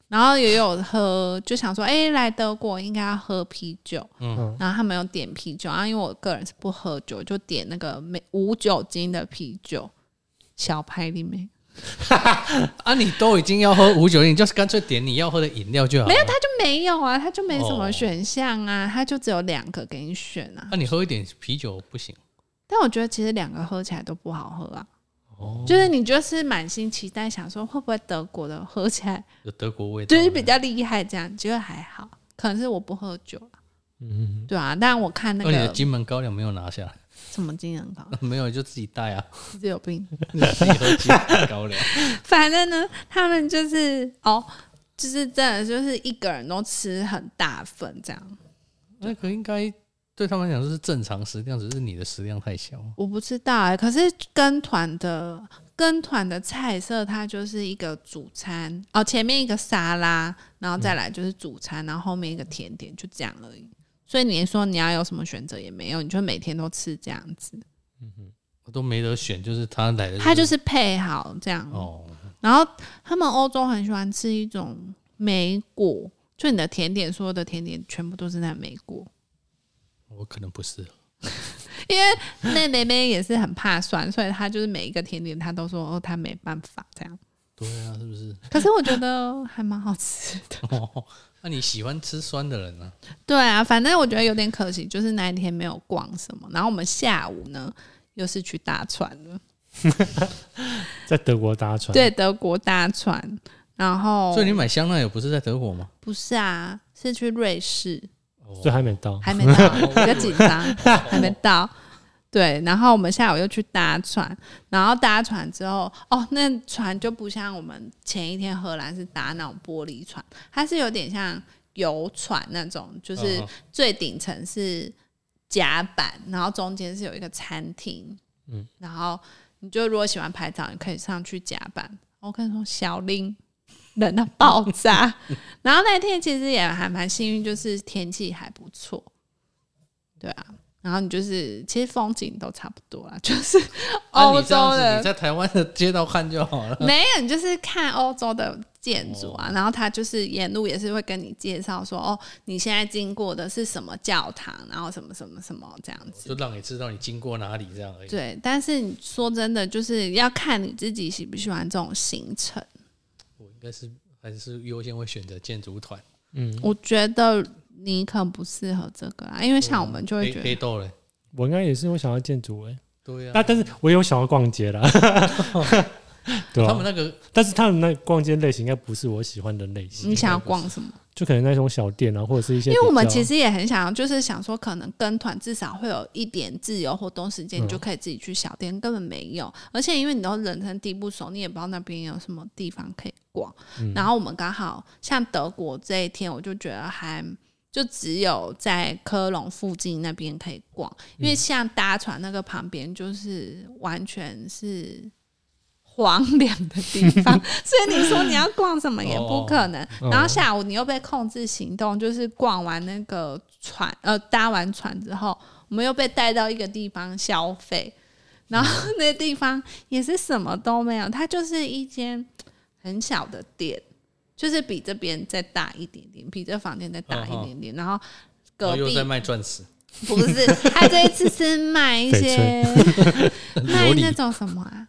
[SPEAKER 1] 然后也有喝，就想说，哎、来德国应该要喝啤酒，
[SPEAKER 2] 嗯
[SPEAKER 1] 然后他们有点啤酒，然啊后因为我个人是不喝酒，就点那个没无酒精的啤酒，小牌里面。
[SPEAKER 3] 啊，你都已经要喝无酒精，你就是干脆点你要喝的饮料就好了。没有他，
[SPEAKER 1] 就没有啊，它就没什么
[SPEAKER 3] 哦
[SPEAKER 1] 选项啊，它就只有两个给你选啊。
[SPEAKER 3] 那你喝一点啤酒不行
[SPEAKER 1] 但我觉得其实两个喝起来都不好喝啊，
[SPEAKER 3] 哦，
[SPEAKER 1] 就是你就是满心期待，想说会不会德国的喝起来
[SPEAKER 3] 有德国味道，
[SPEAKER 1] 就是比较厉害，这样结果还好，可能是我不喝酒，啊
[SPEAKER 2] 嗯，
[SPEAKER 1] 对啊。但我看那
[SPEAKER 3] 哦。你的
[SPEAKER 1] 个
[SPEAKER 3] 金门高粱没有拿 下来，
[SPEAKER 1] 什么金人高，
[SPEAKER 3] 没有就自己带啊，
[SPEAKER 1] 是不是有病。
[SPEAKER 3] 你自己喝金门高粱。
[SPEAKER 1] 反正呢，他们就是哦，就是真的就是一个人都吃很大份这样。
[SPEAKER 3] 那个应该对他们来讲就是正常食量，只是你的食量太小。
[SPEAKER 1] 我不知道哎、可是跟团的跟团的菜色，它就是一个主餐哦，前面一个沙拉，然后再来就是主餐，然后后面一个甜点，就这样而已。所以你说你要有什么选择也没有，你就每天都吃这样子，
[SPEAKER 3] 我都没得选，就是他来的、
[SPEAKER 1] 它就是配好这样。
[SPEAKER 3] 哦，
[SPEAKER 1] 然后他们欧洲很喜欢吃一种莓果，就你的甜点所有的甜点全部都是在莓果，
[SPEAKER 3] 我可能不适合。
[SPEAKER 1] 因为那妹妹也是很怕酸，所以她就是每一个甜点她都说哦她没办法这样。
[SPEAKER 3] 对啊，是不是？
[SPEAKER 1] 可是我觉得还蛮好吃的。
[SPEAKER 3] 哦，那你喜欢吃酸的人呢、
[SPEAKER 1] 对啊，反正我觉得有点可惜，就是那一天没有逛什么。然后我们下午呢，又是去搭船了，
[SPEAKER 2] 在德国搭船，
[SPEAKER 1] 对，德国搭船。然后
[SPEAKER 3] 嗯所以你买香奈也不是在德国吗？
[SPEAKER 1] 不是啊，是去瑞士，
[SPEAKER 2] 所以还没到，
[SPEAKER 1] 还没到，比较紧张，还没到。对，然后我们下午又去搭船，然后搭船之后，哦，那船就不像我们前一天荷兰是搭那种玻璃船，它是有点像游船那种，就是
[SPEAKER 3] 嗯
[SPEAKER 1] 最顶层是甲板，然后中间是有一个餐厅，嗯
[SPEAKER 2] 嗯，
[SPEAKER 1] 然后你就如果喜欢拍照，你可以上去甲板。我跟你说，小林冷到爆炸。然后那天其实也还蛮幸运，就是天气还不错，对啊。然后你就是，其实风景都差不多啦，就是
[SPEAKER 3] 啊
[SPEAKER 1] 欧
[SPEAKER 3] 你这
[SPEAKER 1] 洲
[SPEAKER 3] 样子
[SPEAKER 1] 的、
[SPEAKER 3] 你在台湾的街道哦看就好了。
[SPEAKER 1] 没有，你就是看欧洲的建筑啊，然后他就是沿路也是会跟你介绍说，哦，你现在经过的是什么教堂，然后什么什么什么这样
[SPEAKER 3] 就
[SPEAKER 1] 子。
[SPEAKER 3] 让你知道你经过哪里这样而已。
[SPEAKER 1] 对，但是你说真的，就是要看你自己喜不喜欢这种行程。
[SPEAKER 3] 我应该是还是优先会选择建筑团，
[SPEAKER 2] 嗯，
[SPEAKER 1] 我觉得你可能不适合这个啊，因为像我们就会
[SPEAKER 3] 黑
[SPEAKER 1] 觉
[SPEAKER 3] 黑
[SPEAKER 1] 得，
[SPEAKER 3] 豆嘞。
[SPEAKER 2] 我应该也是我想要建筑哎，
[SPEAKER 3] 对
[SPEAKER 2] 那
[SPEAKER 3] 啊，
[SPEAKER 2] 但是我有想要逛街啦， 对
[SPEAKER 3] 他
[SPEAKER 2] 啊
[SPEAKER 3] 们，那个
[SPEAKER 2] 但是他们那逛街类型应该不是我喜欢的类型，
[SPEAKER 1] 你想要逛什么？
[SPEAKER 2] 就可能那种小店啊，或者是一些
[SPEAKER 1] 嗯因
[SPEAKER 2] 比较，
[SPEAKER 1] 为我们其实也很想要，就是想说，可能跟团至少会有一点自由活动时间，
[SPEAKER 2] 嗯
[SPEAKER 1] 你就可以自己去小店，根本没有。而且因为你都人生地不熟，你也不知道那边有什么地方可以逛。
[SPEAKER 2] 嗯
[SPEAKER 1] 然后我们刚好像德国这一天，我就觉得还就只有在科隆附近那边可以逛，因
[SPEAKER 3] 嗯
[SPEAKER 1] 为像搭船那个旁边就是完全是。荒凉的地 方，所以你说你要逛什么也不可能。
[SPEAKER 2] 哦
[SPEAKER 1] 然后下午你又被控制行动，就是逛完那个船，呃，搭完船之后，我们又被带到一个地方消费，然后那个地方也是什么都没有，它就是一间很小的店，就是比这边再大一点点，比这房间再大一点点，然后隔
[SPEAKER 3] 哦又
[SPEAKER 1] 壁
[SPEAKER 3] 在卖钻石，
[SPEAKER 1] 不是，他这一次是卖一些 卖那
[SPEAKER 3] 琉璃
[SPEAKER 1] 种什么啊，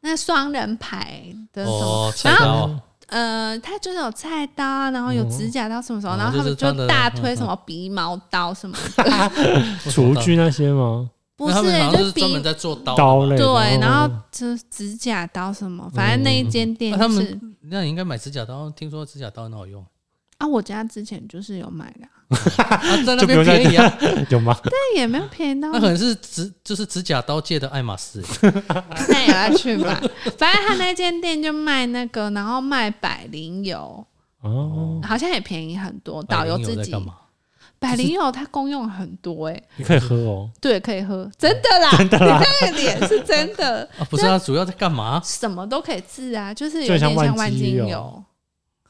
[SPEAKER 1] 那双人牌的什么，
[SPEAKER 3] 哦，菜
[SPEAKER 1] 然后
[SPEAKER 3] 刀哦
[SPEAKER 1] 呃，他就是有菜刀啊，然后有指甲刀什么什么，
[SPEAKER 3] 哦
[SPEAKER 1] 然后他们
[SPEAKER 3] 就是他
[SPEAKER 1] 就
[SPEAKER 3] 的嗯
[SPEAKER 1] 大推什么鼻毛刀什么的，
[SPEAKER 2] 厨具那些吗？
[SPEAKER 1] 不
[SPEAKER 3] 他
[SPEAKER 1] 是、
[SPEAKER 3] 们好像
[SPEAKER 1] 就是鼻
[SPEAKER 3] 专门在做刀的
[SPEAKER 2] 刀
[SPEAKER 3] 吧
[SPEAKER 2] 类的
[SPEAKER 1] 啊对，然后
[SPEAKER 2] 哦
[SPEAKER 1] 就是指甲刀什么，反正那一间店
[SPEAKER 3] 那他
[SPEAKER 1] 就
[SPEAKER 3] 们
[SPEAKER 1] 是、
[SPEAKER 3] 那你应该买指甲刀，听说指甲刀很好用，
[SPEAKER 1] 啊，我家之前就是有买的啊，
[SPEAKER 3] 啊，在那
[SPEAKER 2] 就不
[SPEAKER 3] 边
[SPEAKER 2] 用再
[SPEAKER 3] 便宜啊，
[SPEAKER 2] 有吗？
[SPEAKER 1] 但也没有便宜到
[SPEAKER 3] 那可能是指就是指甲刀界的爱马仕，
[SPEAKER 1] 那也要去买。反正他那间店就卖那个，然后卖百灵油，
[SPEAKER 2] 哦，
[SPEAKER 1] 好像也便宜很多。
[SPEAKER 3] 百
[SPEAKER 1] 导
[SPEAKER 3] 灵
[SPEAKER 1] 游
[SPEAKER 3] 油
[SPEAKER 1] 自
[SPEAKER 3] 哎在
[SPEAKER 1] 己
[SPEAKER 3] 干嘛？
[SPEAKER 1] 百灵油它功用很多哎、
[SPEAKER 2] 你可以喝哦，
[SPEAKER 1] 对，可以喝，真的啦，真的啦，你那个脸是真的，
[SPEAKER 3] 啊，不是啊，主要在干嘛？
[SPEAKER 1] 什么都可以治啊，就是有
[SPEAKER 2] 就
[SPEAKER 1] 点
[SPEAKER 2] 像
[SPEAKER 1] 像
[SPEAKER 2] 万
[SPEAKER 1] 万
[SPEAKER 2] 金
[SPEAKER 1] 金
[SPEAKER 2] 油
[SPEAKER 1] 油，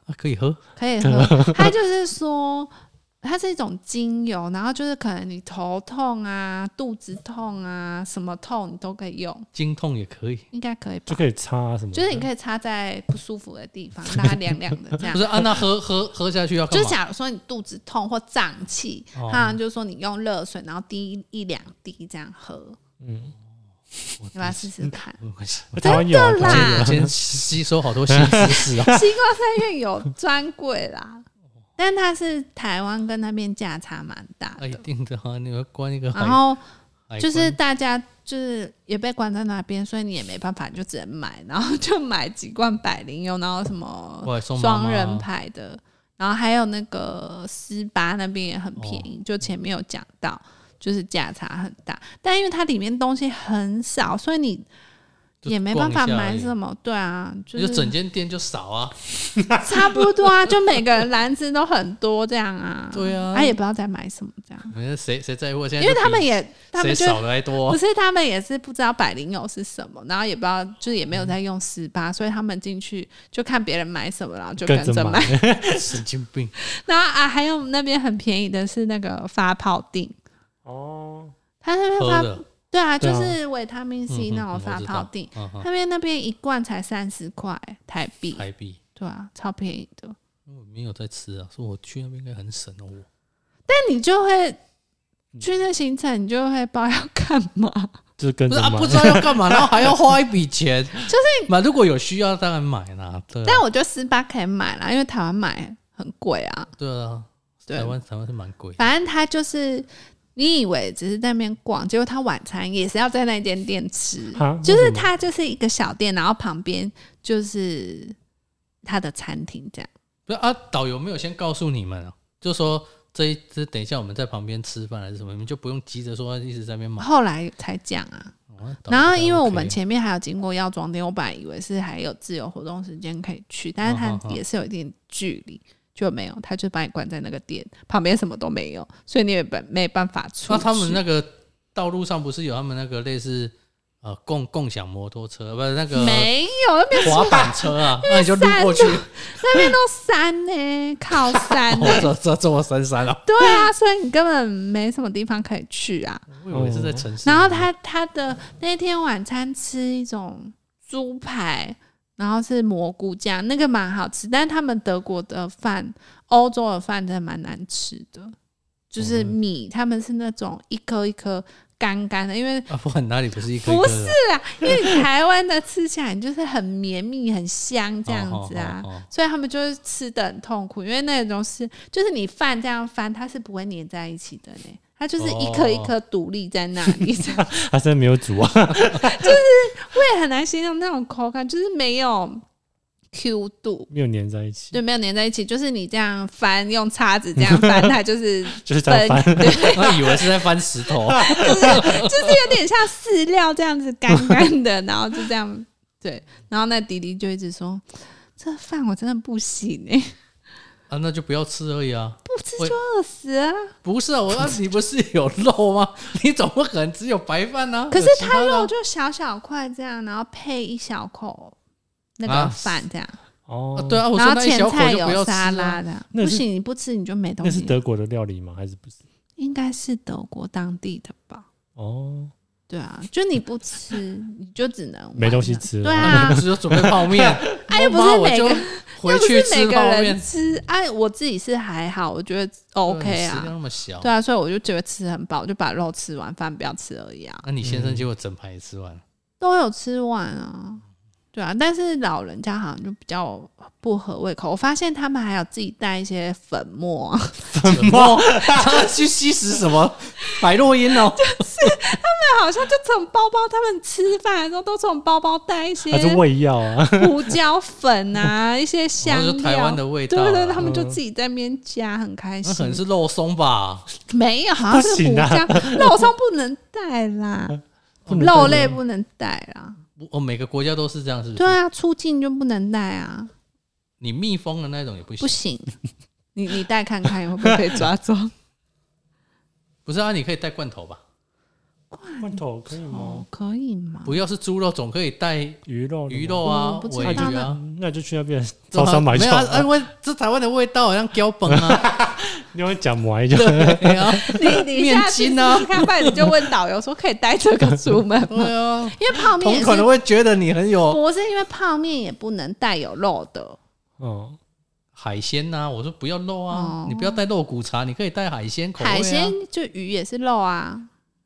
[SPEAKER 3] 啊，可以喝，
[SPEAKER 1] 可以喝。它就是说，它是一种精油，然后就是可能你头痛啊、肚子痛啊、什么痛你都可以用，
[SPEAKER 3] 经痛也可以。
[SPEAKER 1] 应该可以吧
[SPEAKER 2] 就？可以擦啊什么的，
[SPEAKER 1] 就是你可以擦在不舒服的地方，让它凉凉的这样
[SPEAKER 3] 不。是啊，那喝喝喝下去要干
[SPEAKER 1] 就
[SPEAKER 3] 嘛？
[SPEAKER 1] 假如说你肚子痛或胀气，
[SPEAKER 3] 哦
[SPEAKER 1] 他好像就说你用热水，然后滴一一两滴这样喝，
[SPEAKER 2] 嗯，
[SPEAKER 1] 你要不要试试看？
[SPEAKER 3] 没关系，
[SPEAKER 2] 台湾有啊
[SPEAKER 1] 真的
[SPEAKER 2] 台湾有
[SPEAKER 1] 啦
[SPEAKER 3] 我今天吸收好多新知 识
[SPEAKER 1] 西
[SPEAKER 3] 啊！
[SPEAKER 1] 瓜三月有专柜 啦，但它是台湾跟那边价差蛮大
[SPEAKER 3] 啊，一
[SPEAKER 1] 的。
[SPEAKER 3] 定的啊，你要关一个海
[SPEAKER 1] 然后
[SPEAKER 3] 海
[SPEAKER 1] 就是
[SPEAKER 3] 关
[SPEAKER 1] 大家就是也被关在那边，所以你也没办法，就只能买，然后就买几罐百灵油，然后什么
[SPEAKER 3] 外送妈妈啊
[SPEAKER 1] 双人牌的，然后还有那个斯巴那边也很便
[SPEAKER 3] 哦
[SPEAKER 1] 宜，就前面有讲到，就是价差很大，但因为它里面东西很少，所以你
[SPEAKER 3] 就
[SPEAKER 1] 也没办法
[SPEAKER 3] 逛一下而
[SPEAKER 1] 买
[SPEAKER 3] 已
[SPEAKER 1] 什么，对啊，就
[SPEAKER 3] 就是整间店就少啊，
[SPEAKER 1] 差不多啊，就每个篮子都很多这样啊，
[SPEAKER 3] 对啊
[SPEAKER 1] 他也不知道在买什么这样，
[SPEAKER 3] 反正谁谁在乎啊？现在
[SPEAKER 1] 因为
[SPEAKER 3] 就
[SPEAKER 1] 他们
[SPEAKER 3] 比
[SPEAKER 1] 也他们
[SPEAKER 3] 谁
[SPEAKER 1] 就
[SPEAKER 3] 少的还多
[SPEAKER 1] 不，是，他们也是不知道百灵油是什么，然后也不知道，就是也没
[SPEAKER 3] 嗯
[SPEAKER 1] 有在用十八、所以他们进去就看别人买什么，然后就跟
[SPEAKER 2] 跟
[SPEAKER 1] 着
[SPEAKER 2] 着
[SPEAKER 1] 买
[SPEAKER 2] 买。。
[SPEAKER 3] 神经病。
[SPEAKER 1] 然后啊，还有那边很便宜的是那个发泡锭，
[SPEAKER 2] 哦，
[SPEAKER 1] 他那边
[SPEAKER 3] 喝
[SPEAKER 1] 发
[SPEAKER 3] 的
[SPEAKER 1] 对啊，
[SPEAKER 2] 对
[SPEAKER 1] 就
[SPEAKER 2] 啊
[SPEAKER 1] 是维他命 C
[SPEAKER 3] 嗯嗯
[SPEAKER 1] 那种
[SPEAKER 3] 嗯
[SPEAKER 1] 发
[SPEAKER 3] 我知
[SPEAKER 1] 泡
[SPEAKER 3] 道
[SPEAKER 1] 锭，
[SPEAKER 3] 嗯哼
[SPEAKER 1] 那边那边一罐才三十块台币，
[SPEAKER 3] 台币，
[SPEAKER 1] 对啊，超便宜的。
[SPEAKER 3] 因为我没有在吃啊，所以我去那边应该很省哦。我
[SPEAKER 1] 但你就会去那行程，你就会不知道要干嘛，
[SPEAKER 2] 就是跟
[SPEAKER 3] 不
[SPEAKER 2] 着
[SPEAKER 3] 是啊，
[SPEAKER 2] 买
[SPEAKER 3] 不。知道要干 嘛，然后还要花一笔钱，就是买。如果有需要，当然买啦。对啊，
[SPEAKER 1] 但我觉得十八可以买啦，因为台湾买很贵啊。
[SPEAKER 3] 对啊，
[SPEAKER 1] 对
[SPEAKER 3] 台湾台湾是蛮贵的，
[SPEAKER 1] 反正他就是你以为只是在那边逛，结果他晚餐也是要在那间店吃
[SPEAKER 2] 哈，
[SPEAKER 1] 就是
[SPEAKER 2] 为什么
[SPEAKER 1] 他就是一个小店，然后旁边就是他的餐厅这样。
[SPEAKER 3] 不是啊？导游没有先告诉你们啊，就说这一这等一下我们在旁边吃饭还是什么，你们就不用急着说一直在那边买。
[SPEAKER 1] 后来才讲啊，
[SPEAKER 3] 哦导游
[SPEAKER 1] 然后
[SPEAKER 3] 不太
[SPEAKER 1] 因为
[SPEAKER 3] OK
[SPEAKER 1] 我们前面还有经过药妆店，我本来以为是还有自由活动时间可以去，但是
[SPEAKER 3] 嗯
[SPEAKER 1] 它
[SPEAKER 3] 嗯嗯
[SPEAKER 1] 也是有一定距离。就没有，他就把你关在那个店旁边，什么都没有，所以你也没没办法出去。
[SPEAKER 3] 那 他们那个道路上不是有他们那个类似呃共共享摩托车，不是那个
[SPEAKER 1] 没有，那边
[SPEAKER 3] 滑板车 啊？那你就路过去，
[SPEAKER 1] 那边都山呢、靠山呢、
[SPEAKER 3] 哦这这这么深山啊！
[SPEAKER 1] 对啊，所以你根本没什么地方可以去啊。
[SPEAKER 3] 我以为是在城市里面。
[SPEAKER 1] 然后他他的那天晚餐吃一种猪排，然后是蘑菇酱，那个蛮好吃。但是他们德国的饭、欧洲的饭真的蛮难吃的，
[SPEAKER 3] 嗯
[SPEAKER 1] 就是米，他们是那种一颗一颗干干的，因为
[SPEAKER 3] 啊，不管哪里不是一颗一
[SPEAKER 1] 不
[SPEAKER 3] 颗
[SPEAKER 1] 是
[SPEAKER 3] 的
[SPEAKER 1] 啊，因为你台湾的吃起来你就是很绵密、很香这样子啊。
[SPEAKER 3] 哦哦哦哦
[SPEAKER 1] 所以他们就是吃的很痛苦，因为那种是就是你饭这样翻，它是不会粘在一起的呢，它就是
[SPEAKER 3] 哦
[SPEAKER 1] 一颗一颗独立在那 里，这样
[SPEAKER 2] 他真的没有煮啊，
[SPEAKER 1] 我也很难形容那种口感，就是没有 Q 度，
[SPEAKER 2] 没有粘在一起，
[SPEAKER 1] 对，没有粘在一起，就是你这样翻，用叉子这样翻，它 就是
[SPEAKER 2] 就是这样翻。
[SPEAKER 3] 我以为是在翻石头，啊
[SPEAKER 1] 就是就是有点像饲料这样子干干的，然后就这样对，然后那迪迪就一直说。这饭我真的不行哎、
[SPEAKER 3] 啊，那就不要吃而已啊。
[SPEAKER 1] 不吃
[SPEAKER 3] 喂
[SPEAKER 1] 就饿死啊！
[SPEAKER 3] 不是啊，我那你不是有肉吗？ 你怎么可能只有白饭呢、
[SPEAKER 1] 可是
[SPEAKER 3] 有其
[SPEAKER 1] 它
[SPEAKER 3] 的啊
[SPEAKER 1] 肉就小小块这样，然后配一小口那个
[SPEAKER 3] 啊
[SPEAKER 1] 饭这样，
[SPEAKER 2] 哦
[SPEAKER 3] 啊，对，啊，我
[SPEAKER 1] 然
[SPEAKER 3] 说
[SPEAKER 1] 后
[SPEAKER 3] 那一
[SPEAKER 1] 前
[SPEAKER 3] 小口
[SPEAKER 1] 菜
[SPEAKER 3] 就不
[SPEAKER 1] 有
[SPEAKER 3] 要吃
[SPEAKER 1] 沙
[SPEAKER 3] 啊。
[SPEAKER 1] 拉的。
[SPEAKER 2] 那
[SPEAKER 1] 不
[SPEAKER 2] 是
[SPEAKER 1] 行，你不吃你就没东
[SPEAKER 2] 那是
[SPEAKER 1] 西。
[SPEAKER 2] 德国的料理吗？还是不是？
[SPEAKER 1] 应该是德国当地的吧？
[SPEAKER 2] 哦，
[SPEAKER 1] 对啊，就你不吃， 你就只能
[SPEAKER 2] 没东西
[SPEAKER 1] 玩了啊
[SPEAKER 2] 吃了
[SPEAKER 1] 对
[SPEAKER 3] 那你
[SPEAKER 1] 啊
[SPEAKER 3] 不，是就准备泡面？
[SPEAKER 1] 哎又不
[SPEAKER 3] 我妈
[SPEAKER 1] 是
[SPEAKER 3] 我
[SPEAKER 1] 每
[SPEAKER 3] 就
[SPEAKER 1] 个
[SPEAKER 3] 回去
[SPEAKER 1] 又不是每
[SPEAKER 3] 吃
[SPEAKER 1] 个
[SPEAKER 3] 泡
[SPEAKER 1] 人
[SPEAKER 3] 面。
[SPEAKER 1] 吃。哎，我自己是还好，我觉得
[SPEAKER 3] 对
[SPEAKER 1] OK
[SPEAKER 3] 你食量
[SPEAKER 1] 啊。
[SPEAKER 3] 那么小，
[SPEAKER 1] 对啊，所以我就觉得吃很饱，我就把肉吃完，饭不要吃而已啊。
[SPEAKER 3] 那你先生结果整盘也吃 完了，
[SPEAKER 1] 都有吃完啊，对啊，但是老人家好像就比较不合胃口。我发现他们还有自己带一些粉末、啊，
[SPEAKER 3] 怎 么？他去吸食什么 白洛因哦？
[SPEAKER 1] 好像就从包包，他们吃饭的时候都从包包带一些
[SPEAKER 2] 还是胃药啊？
[SPEAKER 1] 胡椒粉啊， 一些香
[SPEAKER 3] 就
[SPEAKER 1] 料，
[SPEAKER 3] 是台湾的味道啊
[SPEAKER 1] 对对对，他们就自己在那边加，很开
[SPEAKER 3] 那可能
[SPEAKER 1] 心。
[SPEAKER 3] 是肉松吧？
[SPEAKER 1] 没有，好像是胡
[SPEAKER 2] 不行
[SPEAKER 1] 椒
[SPEAKER 2] 啊，
[SPEAKER 1] 肉松不能带 啦，
[SPEAKER 2] 不能带
[SPEAKER 1] 肉类不能带啦。
[SPEAKER 3] 哦，每个国家都是这样，是不
[SPEAKER 1] 对
[SPEAKER 3] 是？
[SPEAKER 1] 啊，出境就不能带啊，
[SPEAKER 3] 你密封的那种也不行
[SPEAKER 1] 不，行。你你带看看会不会被抓 走？
[SPEAKER 3] 不是啊？你可以带罐头吧？
[SPEAKER 2] 罐头可以吗
[SPEAKER 1] 哦？，可以吗？
[SPEAKER 3] 不要是猪肉，总可以带
[SPEAKER 2] 鱼肉的吗
[SPEAKER 3] 鱼肉啊
[SPEAKER 1] 哦我不、知道
[SPEAKER 3] 尾鱼啊。
[SPEAKER 2] 嗯那就去那边超商买
[SPEAKER 3] 没
[SPEAKER 2] 就
[SPEAKER 3] 有
[SPEAKER 2] 好
[SPEAKER 3] 啊？啊因
[SPEAKER 1] 呃
[SPEAKER 2] 了。
[SPEAKER 3] 为这台湾的味道好像胶本 啊，
[SPEAKER 2] 你会讲完就
[SPEAKER 3] 对啊，
[SPEAKER 1] 你你下次试试
[SPEAKER 3] 面筋啊
[SPEAKER 1] 看，不然你就问导游说可以带这个出门吗？
[SPEAKER 3] 对啊，
[SPEAKER 1] 因为泡面
[SPEAKER 3] 同
[SPEAKER 1] 也
[SPEAKER 3] 可能
[SPEAKER 1] 是，
[SPEAKER 3] 会觉得你很有
[SPEAKER 1] 不是因为泡面也不能带有肉的，
[SPEAKER 2] 嗯，
[SPEAKER 3] 海鲜呐、我说不要肉啊，
[SPEAKER 1] 哦
[SPEAKER 3] 你不要带肉骨茶，你可以带海鲜口味、啊。
[SPEAKER 1] 海鲜就鱼也是肉啊，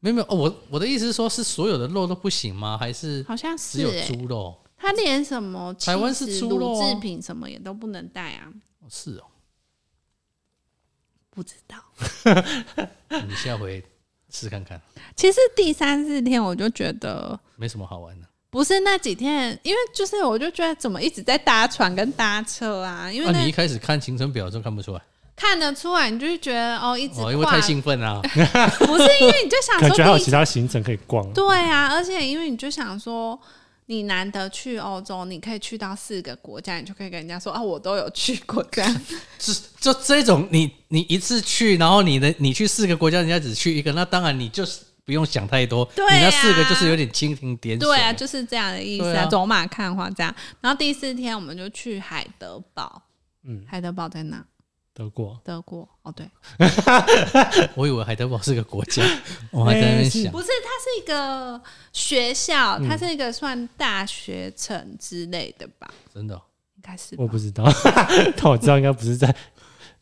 [SPEAKER 3] 没有没有，哦、我我的意思是说，是所有的肉都不行吗？还是
[SPEAKER 1] 好像
[SPEAKER 3] 只
[SPEAKER 1] 是
[SPEAKER 3] 有
[SPEAKER 1] 哎、欸，
[SPEAKER 3] 猪肉？
[SPEAKER 1] 他连什么
[SPEAKER 3] 台湾是
[SPEAKER 1] cheese
[SPEAKER 3] 猪肉啊
[SPEAKER 1] 乳制品什么也都不能带啊，
[SPEAKER 3] 哦是哦，
[SPEAKER 1] 不知道。
[SPEAKER 3] 你下回试看看，
[SPEAKER 1] 其实第三四天我就觉得
[SPEAKER 3] 没什么好玩的。
[SPEAKER 1] 不是那几天，因为就是我就觉得怎么一直在搭船跟搭车啊，因为
[SPEAKER 3] 那
[SPEAKER 1] 那
[SPEAKER 3] 你一开始看行程表的时候看不出来，
[SPEAKER 1] 看得出来，你就会觉得哦，一直跨，
[SPEAKER 3] 哦，因为太兴奋 啦、
[SPEAKER 1] 不是因为你就想
[SPEAKER 2] 感觉还
[SPEAKER 1] 说
[SPEAKER 2] 有
[SPEAKER 1] 第
[SPEAKER 2] 其他行程可以逛。
[SPEAKER 1] 对啊，而且因为你就想说。你难得去欧洲，你可以去到四个国家，你就可以跟人家说啊，我都有去过这样。
[SPEAKER 3] 这就这种，你你一次去，然后你的你去四个国家，人家只去一个，那当然你就是不用想太多，
[SPEAKER 1] 对啊
[SPEAKER 3] 你那四个就是有点蜻蜓点水。
[SPEAKER 1] 对啊，就是这样的意思
[SPEAKER 3] 对
[SPEAKER 1] 啊，
[SPEAKER 3] 啊
[SPEAKER 1] 走马看花这样。然后第四天我们就去海德堡，
[SPEAKER 2] 嗯，
[SPEAKER 1] 海德堡在哪？
[SPEAKER 2] 德国
[SPEAKER 1] 德国哦，对，
[SPEAKER 3] 我以为海德堡是个国家， 我还在那边想
[SPEAKER 1] 不，是，它是一个学校，
[SPEAKER 3] 嗯
[SPEAKER 1] 它是一个算大学城之类的吧，
[SPEAKER 3] 真的哦、
[SPEAKER 1] 应该是吧
[SPEAKER 2] 我。不知道， 但我知道应该不是在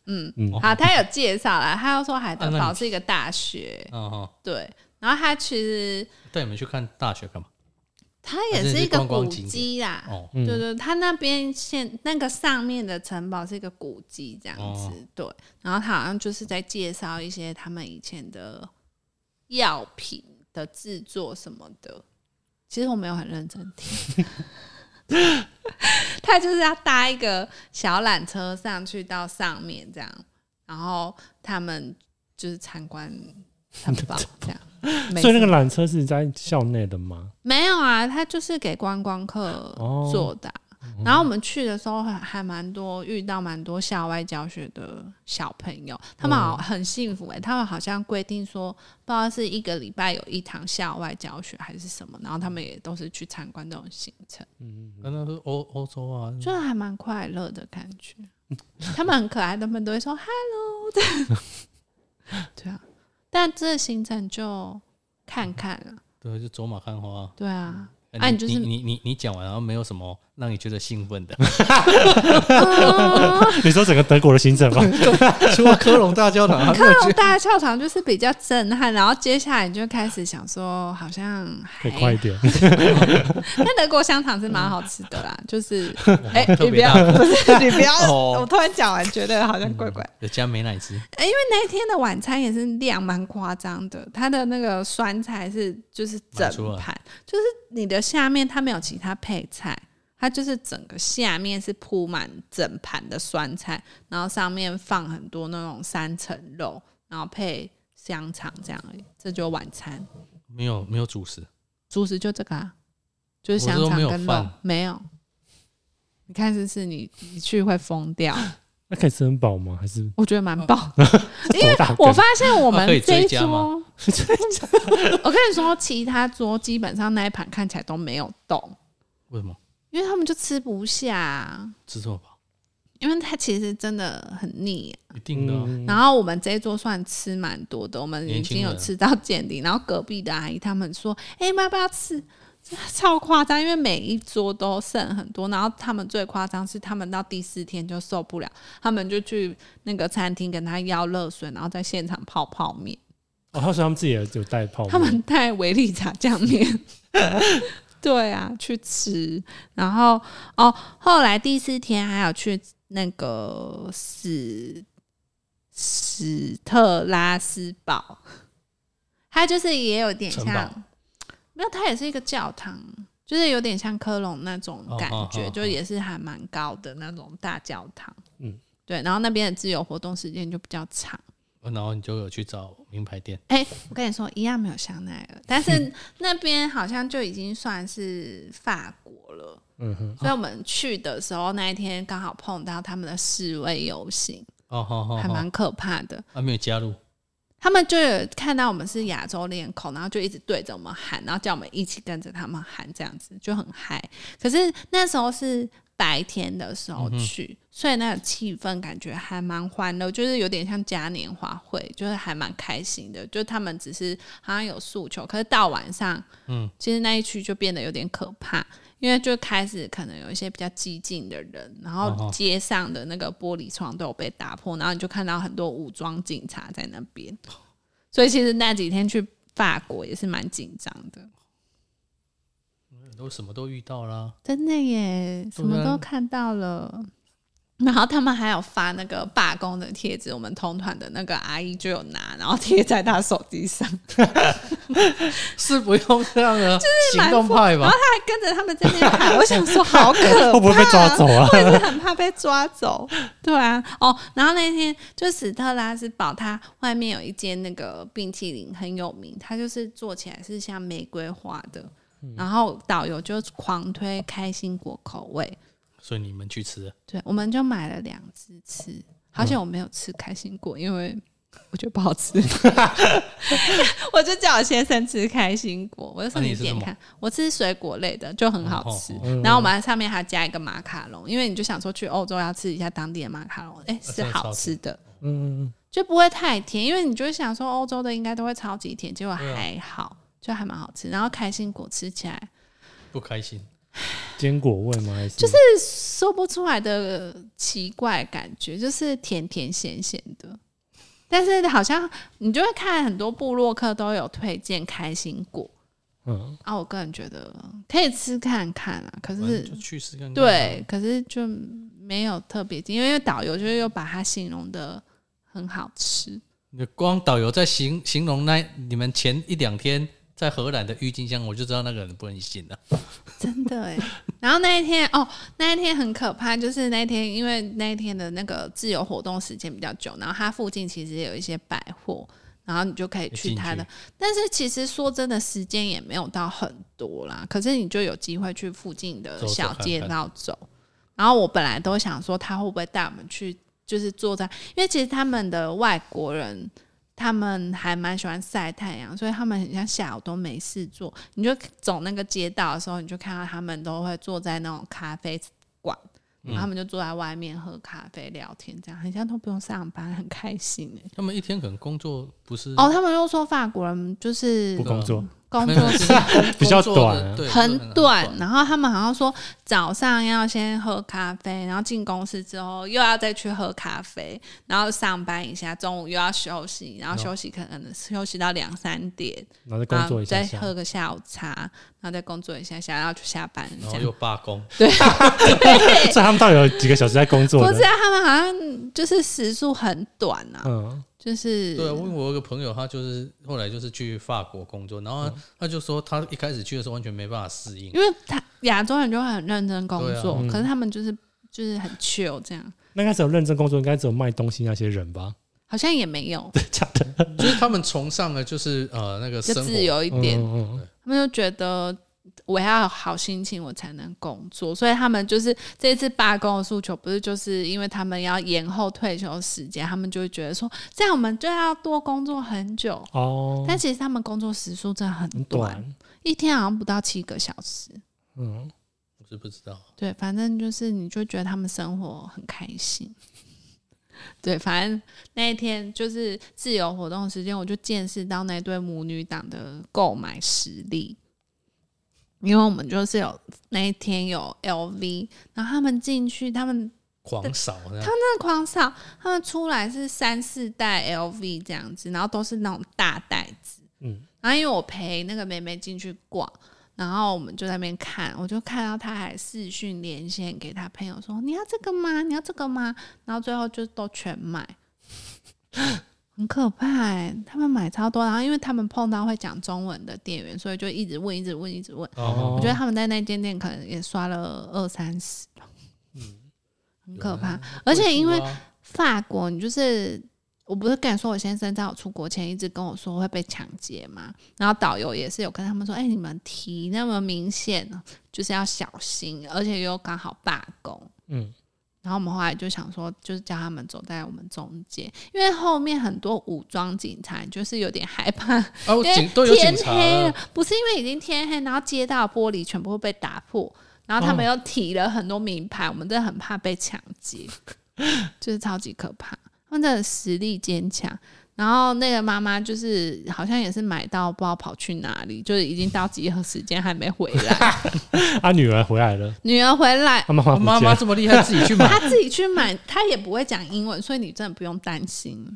[SPEAKER 1] 嗯，
[SPEAKER 2] 嗯
[SPEAKER 1] 好，他有介绍啦，他又说海德
[SPEAKER 3] 啊那
[SPEAKER 1] 堡
[SPEAKER 3] 你
[SPEAKER 1] 是一个大学，
[SPEAKER 3] 嗯哦，
[SPEAKER 1] 对，然后它其实
[SPEAKER 3] 带你们去看大学干嘛？
[SPEAKER 1] 它也是一个
[SPEAKER 3] 还是你去观
[SPEAKER 1] 古
[SPEAKER 3] 光景点
[SPEAKER 1] 迹啦。
[SPEAKER 3] 哦，
[SPEAKER 2] 嗯
[SPEAKER 1] 对对，它那边现那个上面的城堡是一个古迹这样子，
[SPEAKER 3] 哦
[SPEAKER 1] 对。然后它好像就是在介绍一些他们以前的药品的制作什么的。其实我没有很认真听， 他就是要搭一个小缆车上去到上面这样，然后他们就是参观城堡这 样。没
[SPEAKER 2] 所以那
[SPEAKER 1] 什
[SPEAKER 2] 个
[SPEAKER 1] 么
[SPEAKER 2] 缆车是在校内的吗？
[SPEAKER 1] 没有啊，他就是给观光客
[SPEAKER 2] 哦
[SPEAKER 1] 做的啊、然后我们去的时候还还蛮多，遇到蛮多校外教学的小朋友，他们好很幸福哎、他们好像规定说，不知道是一个礼拜有一堂校外教学还是什么，然后他们也都是去参观这种行程，嗯
[SPEAKER 3] 刚刚说欧欧洲啊，
[SPEAKER 1] 就是还蛮快乐的感觉。他们很可爱，他们都会说 “hello” 这样。对啊，但这个行程就看看了，
[SPEAKER 3] 对，就走马看花啊。
[SPEAKER 1] 对啊。
[SPEAKER 3] 哎
[SPEAKER 1] 啊
[SPEAKER 3] 你
[SPEAKER 1] 你就是
[SPEAKER 3] 你你你你讲完，然后没有什么让你觉得兴 奋的，
[SPEAKER 2] 你说整个德国的行程吗？
[SPEAKER 3] 除了科隆大教堂，啊还没有
[SPEAKER 1] 这种
[SPEAKER 3] 去
[SPEAKER 1] 大教堂就是比较震撼，然后接下来你就开始想说，好像还
[SPEAKER 2] 可以快一点，
[SPEAKER 1] 那德国香肠是蛮好吃 的啦，就是哎、
[SPEAKER 3] 特
[SPEAKER 1] 你不
[SPEAKER 3] 别
[SPEAKER 1] 要
[SPEAKER 3] 大，
[SPEAKER 1] 不是你不要，
[SPEAKER 3] 哦
[SPEAKER 1] 我突然讲完觉得好像怪
[SPEAKER 2] 嗯
[SPEAKER 1] 怪。
[SPEAKER 3] 有加美乃滋，
[SPEAKER 1] 哎、因为那一天的晚餐也是量蛮夸张的，它的那个酸菜是就是整
[SPEAKER 3] 满出来
[SPEAKER 1] 盘，就是你的下面它没有其他配菜。它就是整个下面是铺满整盘的酸菜，然后上面放很多那种三层肉，然后配香肠这样而已，这就是晚餐。
[SPEAKER 3] 没有没有主食，
[SPEAKER 1] 主食就这个啊，就是
[SPEAKER 3] 我
[SPEAKER 1] 香
[SPEAKER 3] 说
[SPEAKER 1] 肠
[SPEAKER 3] 没有
[SPEAKER 1] 跟肉
[SPEAKER 3] 饭，
[SPEAKER 1] 没有。你看，是不是你你去会疯掉？
[SPEAKER 2] 那可以吃很饱吗？还是
[SPEAKER 1] 我觉得蛮棒，因为
[SPEAKER 2] 多大
[SPEAKER 1] 我
[SPEAKER 2] 根
[SPEAKER 1] 发现我们
[SPEAKER 3] 啊可以
[SPEAKER 1] 这一
[SPEAKER 3] 追加
[SPEAKER 1] 桌， 我跟你说，其他桌基本上那一盘看起来都没有动，
[SPEAKER 3] 为什么
[SPEAKER 1] 因为他们就吃不下啊，
[SPEAKER 3] 吃这么饱？
[SPEAKER 1] 因为它其实真的很腻。
[SPEAKER 3] 一定的啊、
[SPEAKER 2] 嗯
[SPEAKER 1] 然后我们这一桌算吃蛮多的，我们已
[SPEAKER 3] 年轻
[SPEAKER 1] 经有
[SPEAKER 3] 人
[SPEAKER 1] 吃到见底。然后隔壁的阿姨他们说：“哎、要不要吃？”这超夸张，因为每一桌都剩很多。然后他们最夸张是，他们到第四天就受不了，他们就去那个餐厅跟他要热水，然后在现场泡泡面。
[SPEAKER 2] 哦，他说他们自己也有带泡
[SPEAKER 1] 他
[SPEAKER 2] 沫，
[SPEAKER 1] 们带维力炸酱面。 对啊，去吃。然后哦，后来第四天还有去那个史史特拉斯堡，它就是也有点
[SPEAKER 3] 城
[SPEAKER 1] 像
[SPEAKER 3] 堡，
[SPEAKER 1] 没有，它也是一个教堂，就是有点像科隆那种感
[SPEAKER 3] 哦哦
[SPEAKER 1] 觉，
[SPEAKER 3] 哦
[SPEAKER 1] 就也是还蛮高的那种大教堂。
[SPEAKER 2] 嗯，
[SPEAKER 1] 对。然后那边的自由活动时间就比较长。
[SPEAKER 3] 然后你就有去找名牌店，
[SPEAKER 1] 哎、我跟你说，一样没有香奈儿，但是那边好像就已经算是法国了。
[SPEAKER 2] 嗯哼，
[SPEAKER 1] 所以我们去的时候，那一天刚好碰到他们的示威游行，
[SPEAKER 3] 哦好好
[SPEAKER 1] 还
[SPEAKER 3] 好，
[SPEAKER 1] 蛮可怕的。
[SPEAKER 3] 还没有加入，
[SPEAKER 1] 他们就有看到我们是亚洲脸孔，然后就一直对着我们喊，然后叫我们一起跟着他们喊，这样子就很嗨。可是那时候是白天的时候去，
[SPEAKER 3] 嗯
[SPEAKER 1] 所以那个气氛感觉还蛮欢乐，就是有点像嘉年华会，就是还蛮开心的。就他们只是好像有诉求，可是到晚上，
[SPEAKER 3] 嗯，
[SPEAKER 1] 其实那一区就变得有点可怕。因为就开始可能有一些比较激进的人，然后
[SPEAKER 3] 哦
[SPEAKER 1] 街上的那个玻璃窗都有被打破，然后你就看到很多武装警察在那边。所以其实那几天去法国也是蛮紧张的，
[SPEAKER 3] 都什么都遇到啦，
[SPEAKER 1] 真的耶，什
[SPEAKER 3] 对啊
[SPEAKER 1] 么都看到了。然后他们还有发那个罢工的贴纸，我们同团的那个阿姨就有拿，然后贴在她手机 上，
[SPEAKER 3] 是不用这 样的行动派
[SPEAKER 1] 然
[SPEAKER 3] 吧
[SPEAKER 1] 后？她还跟着他们在那边喊， 我想说好可 怕，哦
[SPEAKER 2] 会不会被抓走啊
[SPEAKER 1] 我也是很怕被抓走。 对啊，哦，然后那天就史特拉斯堡，它外面有一间那个冰淇淋很有名，它就是做起来是像玫瑰花的，然后导游就狂推开心果口味，
[SPEAKER 3] 所以你们去吃了，
[SPEAKER 1] 对，我们就买了两只吃，
[SPEAKER 3] 嗯
[SPEAKER 1] 好像我没有吃开心果，因为我觉得不好 吃，我就叫我先生吃开心果，我就说
[SPEAKER 3] 啊那你吃
[SPEAKER 1] 点
[SPEAKER 3] 什么
[SPEAKER 1] 看，我吃水果类的就很好吃
[SPEAKER 3] 哦，
[SPEAKER 2] 哦
[SPEAKER 1] 然后我们上面还加一个马卡龙，因为你就想说去欧洲要吃一下当地的马卡龙，哎、是
[SPEAKER 3] 呃真的
[SPEAKER 1] 好
[SPEAKER 3] 超
[SPEAKER 1] 吃的，
[SPEAKER 2] 嗯，
[SPEAKER 1] 就不会太甜，因为你就会想说欧洲的应该都会超级甜，结果
[SPEAKER 3] 对啊
[SPEAKER 1] 还好，就还蛮好吃，然后开心果吃起来
[SPEAKER 3] 不开心，
[SPEAKER 2] 坚果味吗？还是
[SPEAKER 1] 就是说不出来的奇怪感觉，就是甜甜咸咸的。但是好像你就会看很多部落客都有推荐开心果
[SPEAKER 2] 嗯，
[SPEAKER 1] 啊，我个人觉得可以吃看看啊，可
[SPEAKER 3] 反正
[SPEAKER 1] 是
[SPEAKER 3] 就去吃看看。啊
[SPEAKER 1] 对，，可是就没有特别因为导游就是又把它形容的很好吃，
[SPEAKER 3] 你光导游在形形容那你们前一两天在荷兰的郁金香，我就知道那个人不能信了。
[SPEAKER 1] 真的哎。然后那一天哦，那一天很可怕，就是那一天，因为那一天的那个自由活动时间比较久，然后它附近其实也有一些百货，然后你就可以去它的
[SPEAKER 3] 进。
[SPEAKER 1] 但是其实说真的，时间也没有到很多啦，可是你就有机会去附近的
[SPEAKER 3] 走走
[SPEAKER 1] 小
[SPEAKER 3] 看
[SPEAKER 1] 街
[SPEAKER 3] 看
[SPEAKER 1] 道走。然后我本来都想说，他会不会带我们去，就是坐在，因为其实他们的外国人。他们还蛮喜欢晒太阳，所以他们很像下午都没事做。你就走那个街道的时候，你就看到他们都会坐在那种咖啡馆，然后他们就坐在外面喝咖啡聊天，这样很像都不用上班，很开心哎。
[SPEAKER 3] 他们一天可能工作不是
[SPEAKER 1] 哦，他们又说法国人就是
[SPEAKER 2] 不工作，
[SPEAKER 1] 工
[SPEAKER 3] 嗯没
[SPEAKER 1] 作
[SPEAKER 3] 有就是工作的
[SPEAKER 2] 比较短 啊
[SPEAKER 3] 对，
[SPEAKER 1] 很短，，然后他们好像说早上要先喝咖啡，然后进公司之后又要再去喝咖啡，然后上班一下，中午又要休息，
[SPEAKER 3] 哦
[SPEAKER 1] 然后休息可能休息到两三点，
[SPEAKER 2] 然后再
[SPEAKER 1] 然
[SPEAKER 2] 工作
[SPEAKER 1] 后
[SPEAKER 2] 一下
[SPEAKER 1] 啊再
[SPEAKER 2] 下，
[SPEAKER 1] 喝个下午茶，然后再工作一下下，然后去下班
[SPEAKER 3] 然
[SPEAKER 1] 这
[SPEAKER 3] 后
[SPEAKER 1] 样。
[SPEAKER 3] 又罢工，
[SPEAKER 2] 所以他们到底有几个小时在工作
[SPEAKER 1] 不啊知
[SPEAKER 2] 的？
[SPEAKER 1] 道他们好像就是时速很短啊，
[SPEAKER 2] 嗯，
[SPEAKER 1] 就是
[SPEAKER 3] 对啊，因为我有个朋友，他就是后来就是去法国工作，然后他他就说他一开始去的时候完全没办法适应，
[SPEAKER 1] 嗯因为他亚洲人就会很认真工
[SPEAKER 3] 对啊
[SPEAKER 1] 作，
[SPEAKER 2] 嗯
[SPEAKER 1] 可是他们就是就是很 chill 这样，
[SPEAKER 2] 那开始有认真工作，应该只有卖东西那些人吧？
[SPEAKER 1] 好像也没有
[SPEAKER 2] 假的，
[SPEAKER 3] 就是他们崇尚的就是呃那个
[SPEAKER 1] 就
[SPEAKER 3] 生
[SPEAKER 1] 自
[SPEAKER 3] 活，
[SPEAKER 1] 由一
[SPEAKER 2] 嗯
[SPEAKER 1] 点，
[SPEAKER 2] 嗯嗯
[SPEAKER 1] 他们就觉得我要有好心情我才能工作，所以他们就是这次罢工的诉求，不是就是因为他们要延后退休时间，他们就会觉得说这样我们就要多工作很久，
[SPEAKER 2] 哦，
[SPEAKER 1] 但其实他们工作时数真的很
[SPEAKER 2] 很
[SPEAKER 1] 短，
[SPEAKER 2] 短，
[SPEAKER 1] 一天好像不到七个小时。
[SPEAKER 2] 嗯，
[SPEAKER 3] 我是不知道，
[SPEAKER 1] 对，反正就是你就觉得他们生活很开心。 对，反正那一天就是自由活动时间，我就见识到那对母女档的购买实力。因为我们就是有那一天有 LV，然后他们进去，他们
[SPEAKER 3] 狂扫这样，
[SPEAKER 1] 那狂扫，他们出来是三四袋 LV 这样子，然后都是那种大袋子。
[SPEAKER 2] 嗯，
[SPEAKER 1] 然后因为我陪那个妹妹进去逛，然后我们就在那边看，我就看到她还视讯连线给她朋友说：“你要这个吗？你要这个吗？”然后最后就都全买，很可怕、欸。他们买超多，然后因为他们碰到会讲中文的店员，所以就一直问，一直问，一直问。
[SPEAKER 3] 哦，
[SPEAKER 1] 我觉得他们在那间店可能也刷了二三十吧，嗯，很可怕。而且因为
[SPEAKER 3] 贵妇啊
[SPEAKER 1] 法国，你就是我不是跟你说我先生在我出国前一直跟我说会被抢劫嘛，然后导游也是有跟他们说，哎、你们提那么明显，就是要小心，而且又刚好罢工。
[SPEAKER 2] 嗯，
[SPEAKER 1] 然后我们后来就想说，就是叫他们走在我们中间，因为后面很多武装警察就是有点害怕，
[SPEAKER 3] 啊，我
[SPEAKER 1] 因为
[SPEAKER 3] 警都有警
[SPEAKER 1] 天
[SPEAKER 3] 察啊
[SPEAKER 1] 黑
[SPEAKER 3] 了
[SPEAKER 1] 了，，不是因为已经天黑，然后街道玻璃全部被打破，然后他
[SPEAKER 3] 哦
[SPEAKER 1] 们又提了很多名牌，我们真的很怕被抢劫，就是超级可怕。他们真的实力坚强。然后那个妈妈就是好像也是买到不知道跑去哪里，就是已经到集合时间还没回 来。
[SPEAKER 2] 啊，女儿回来了，
[SPEAKER 1] 女儿回来，
[SPEAKER 2] 啊，妈妈
[SPEAKER 3] 啊
[SPEAKER 2] 不
[SPEAKER 3] 哦妈
[SPEAKER 2] 见
[SPEAKER 3] 妈
[SPEAKER 2] 了，
[SPEAKER 3] 这么厉害，自己去买，
[SPEAKER 1] 她自己去买，她也不会讲英文，所以你真的不用担心。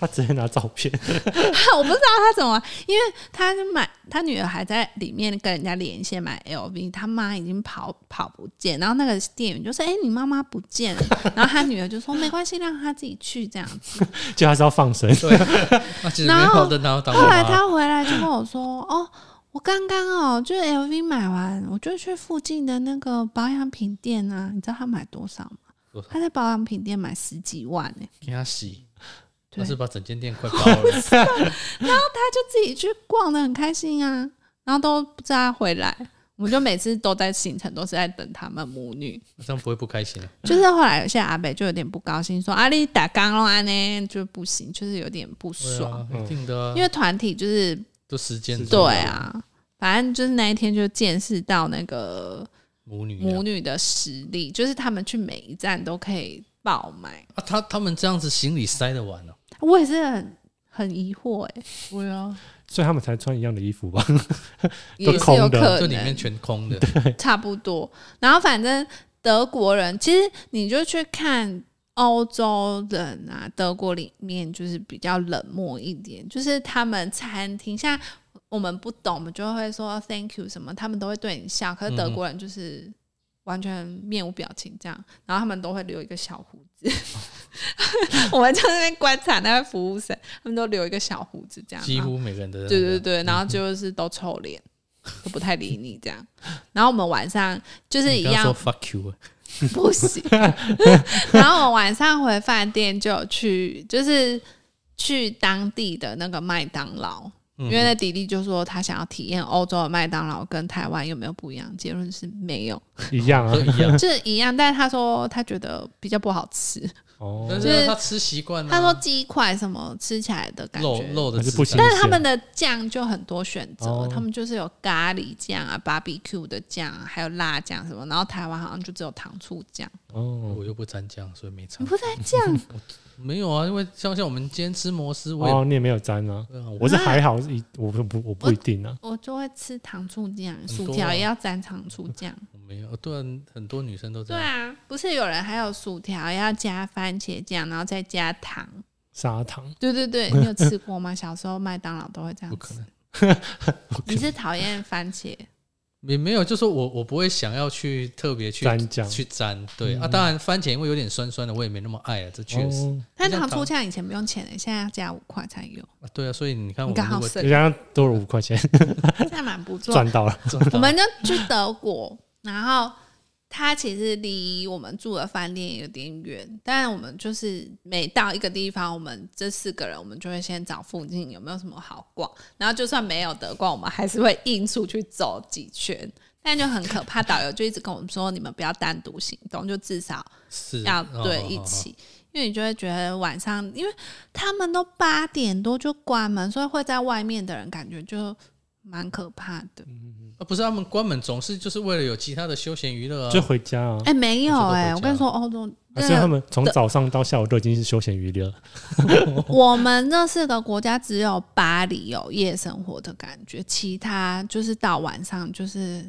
[SPEAKER 2] 他直接拿照片，
[SPEAKER 1] 我不知道他怎么，因为他是买他女儿还在里面跟人家连线买 LV，他妈已经跑跑不见，然后那个店员就说：“哎、你妈妈不见了。” 然后他女儿就说：“没关系，让她自己去这样子。
[SPEAKER 2] 就他是要放生，
[SPEAKER 3] 对，他啊其实没
[SPEAKER 1] 然后
[SPEAKER 3] 有认他”当
[SPEAKER 1] 后
[SPEAKER 3] 妈
[SPEAKER 1] 来
[SPEAKER 3] 妈，
[SPEAKER 1] 他回来就跟我说：“哦，我刚刚哦，就是 LV 买完，我就去附近的那个保养品店啊，你知道他买多少吗？
[SPEAKER 3] 多少
[SPEAKER 1] 他在保养品店买十几万呢、
[SPEAKER 3] 给他洗，
[SPEAKER 1] 对
[SPEAKER 3] 他是把整间店快包了。
[SPEAKER 1] 他就自己去逛的很开心啊，然后都不知道他回来，我们就每次都在行程都是在等他们母女。
[SPEAKER 3] 这样不会不开心啊？
[SPEAKER 1] 就是后来有些阿北就有点不高兴，说啊你打刚龙安呢就不行，就是有点不
[SPEAKER 3] 对
[SPEAKER 1] 爽，
[SPEAKER 3] 啊，一定的啊，
[SPEAKER 1] 因为团体就是
[SPEAKER 3] 就时间
[SPEAKER 2] 是
[SPEAKER 1] 对啊，反正就是那一天就见识到那个
[SPEAKER 3] 母女啊
[SPEAKER 1] 母女的实力，就是他们去每一站都可以爆买，
[SPEAKER 3] 啊，他他们这样子行李塞得完哦。
[SPEAKER 1] 我也是很很疑惑哎、
[SPEAKER 3] 对啊，
[SPEAKER 2] 所以他们才穿一样的 衣服吧？
[SPEAKER 1] 也是
[SPEAKER 2] 空
[SPEAKER 1] 有
[SPEAKER 2] 的
[SPEAKER 1] 可
[SPEAKER 3] 就
[SPEAKER 1] 能
[SPEAKER 3] 里面全空的，
[SPEAKER 1] 差不多。然后反正德国人，其实你就去看欧洲人啊，德国里面就是比较冷漠一点，就是他们餐厅像我们不懂，我们就会说哦 thank you 什么，他们都会对你笑。可是德国人就是完全面无表情这样，然后他们都会留一个小胡子。我们就在那边观察那位服务生，他们都留一个小胡子这样，
[SPEAKER 3] 几
[SPEAKER 1] 然后
[SPEAKER 3] 乎每个人的
[SPEAKER 1] 啊
[SPEAKER 3] 那个嗯
[SPEAKER 1] 对对对，然后就是都臭脸，都不太理你这样。 然后我们晚上就是一
[SPEAKER 3] 你刚刚
[SPEAKER 1] 样
[SPEAKER 3] 说 fuck you，啊
[SPEAKER 1] 不 行。然后我们晚上回饭店就有去，就是去当地的那个麦当劳，
[SPEAKER 3] 嗯
[SPEAKER 1] 因为那迪丽就说他想要体验欧洲的麦当劳跟台湾有没有不一样，结论是没有，
[SPEAKER 2] 一样啊
[SPEAKER 3] 都，一样，
[SPEAKER 1] 就是一样。但是他说他觉得比较不好吃，
[SPEAKER 2] 哦，
[SPEAKER 3] 但
[SPEAKER 1] 就是
[SPEAKER 3] 是他吃习惯了。啊
[SPEAKER 1] 他说鸡块什么吃起来的感
[SPEAKER 3] 嗯肉
[SPEAKER 1] 觉
[SPEAKER 3] 肉的
[SPEAKER 2] 还是
[SPEAKER 3] 质
[SPEAKER 2] 不
[SPEAKER 3] 感
[SPEAKER 2] 行
[SPEAKER 1] 但是他们的酱就很多选择，
[SPEAKER 2] 哦
[SPEAKER 1] 他们就是有咖喱酱啊、BBQ 的酱啊，还有辣酱什么。然后台湾好像就只有糖醋酱，
[SPEAKER 2] 哦，
[SPEAKER 3] 我又不沾酱，所以没差
[SPEAKER 1] 你。不在 酱
[SPEAKER 3] 没有啊，因为像像我们今天吃摩斯，我也
[SPEAKER 2] 哦，你也没有沾啊，
[SPEAKER 3] 对啊我
[SPEAKER 2] 我是还好，是一我不不我不一定啊，
[SPEAKER 1] 我就会吃糖醋酱，
[SPEAKER 3] 多啊
[SPEAKER 1] 薯条也要沾糖醋酱。
[SPEAKER 3] 我没有，对啊，很多女生都这
[SPEAKER 1] 对
[SPEAKER 3] 样。
[SPEAKER 1] 啊，不是有人还有薯条要加番茄酱，然后再加糖。
[SPEAKER 2] 砂糖
[SPEAKER 1] 对对对，你有吃过吗？ 小时候麦当劳都会这
[SPEAKER 3] 不
[SPEAKER 1] 样
[SPEAKER 3] 可
[SPEAKER 1] 吃
[SPEAKER 3] 能。
[SPEAKER 1] 你是讨厌番茄？
[SPEAKER 3] 也没有，就说我我不会想要去特别去
[SPEAKER 2] 沾酱嗯
[SPEAKER 3] 去沾，对、啊，当然番茄因为有点酸酸的，我也没那么爱啊，这确实、
[SPEAKER 2] 哦，
[SPEAKER 1] 但糖醋酱以前不用钱的、欸现在要加五块才有，
[SPEAKER 3] 啊对啊，所以你看我
[SPEAKER 1] 你
[SPEAKER 3] 们
[SPEAKER 1] 刚
[SPEAKER 3] 如
[SPEAKER 1] 好
[SPEAKER 3] 果
[SPEAKER 1] 省
[SPEAKER 2] 人，家多了五块钱，
[SPEAKER 1] 现在蛮不
[SPEAKER 3] 啊
[SPEAKER 1] 错。
[SPEAKER 2] 赚到了，
[SPEAKER 3] 赚到
[SPEAKER 1] 我们就去德国，然后它其实离我们住的饭店也有点远，但我们就是每到一个地方，我们这四个人，我们就会先找附近有没有什么好逛，然后就算没有得逛，我们还是会硬出去走几圈。但就很可怕，导游就一直跟我们说，你们不要单独行动，就至少
[SPEAKER 3] 是
[SPEAKER 1] 要
[SPEAKER 3] 哦
[SPEAKER 1] 对
[SPEAKER 3] 哦
[SPEAKER 1] 一
[SPEAKER 3] 哦
[SPEAKER 1] 起，因为你就会觉得晚上，因为他们都八点多就关门，所以会在外面的人感觉就蛮可怕的。
[SPEAKER 3] 啊，不是他们关门总是就是为了有其他的休闲娱乐啊，
[SPEAKER 2] 就回家啊
[SPEAKER 1] 哎、。没有
[SPEAKER 3] 我觉得
[SPEAKER 1] 哎、
[SPEAKER 3] 回
[SPEAKER 1] 我
[SPEAKER 3] 家
[SPEAKER 1] 跟你说，欧洲
[SPEAKER 2] 啊所以他
[SPEAKER 1] 真的，
[SPEAKER 2] 们从早上到下午都已经是休闲娱乐，
[SPEAKER 1] 我们这四个国家只有巴黎有夜生活的感觉，其他就是到晚上就是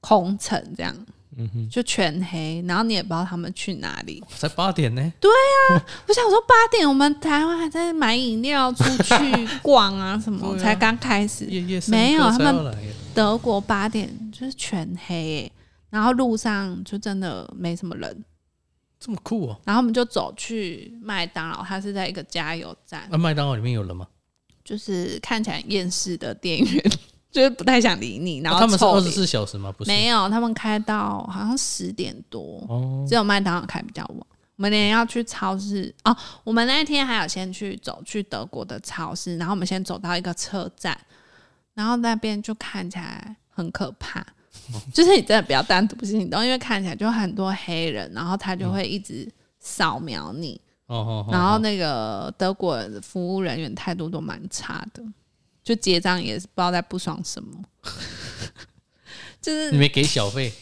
[SPEAKER 1] 空城这样，
[SPEAKER 2] 嗯哼，
[SPEAKER 1] 就全黑，然后你也不知道他们去哪里。
[SPEAKER 3] 才八点呢，
[SPEAKER 1] 我想说八点，我们台湾还在买饮料、出 去逛啊什么，
[SPEAKER 3] 对啊
[SPEAKER 1] 才刚开始。
[SPEAKER 3] 夜夜笙哎
[SPEAKER 1] 没有啊
[SPEAKER 3] 歌才
[SPEAKER 1] 他们
[SPEAKER 3] 要来耶
[SPEAKER 1] 德国八点就是全黑、欸，然后路上就真的没什么人，
[SPEAKER 3] 这么酷哦。
[SPEAKER 1] 然后我们就走去麦当劳，它是在一个加油站。
[SPEAKER 3] 那、啊麦当劳里面有人吗？
[SPEAKER 1] 就是看起来很厌世的店员，就是不太想理你，然
[SPEAKER 3] 啊
[SPEAKER 1] 后
[SPEAKER 3] 他们是
[SPEAKER 1] 臭
[SPEAKER 3] 二十
[SPEAKER 1] 脸。
[SPEAKER 3] 四小时吗？不是，
[SPEAKER 1] 没有，他们开到好像十点多，
[SPEAKER 3] 啊
[SPEAKER 2] 哦，
[SPEAKER 1] 只有麦当劳开比较晚。我们连要去超市哦，我们那一天还有先去走去德国的超市，然后我们先走到一个车站，然后那边就看起来很可 怕，就是你真的不要单独行动，因为看起来就很多黑人，然后他
[SPEAKER 3] 嗯
[SPEAKER 1] 就会一直扫描你，
[SPEAKER 3] 哦哦，哦
[SPEAKER 1] 然后
[SPEAKER 3] 哦
[SPEAKER 1] 那个德国的服务人员态度都蛮差的，就结账也是不知道在不爽什么， 就是
[SPEAKER 3] 你没给小费，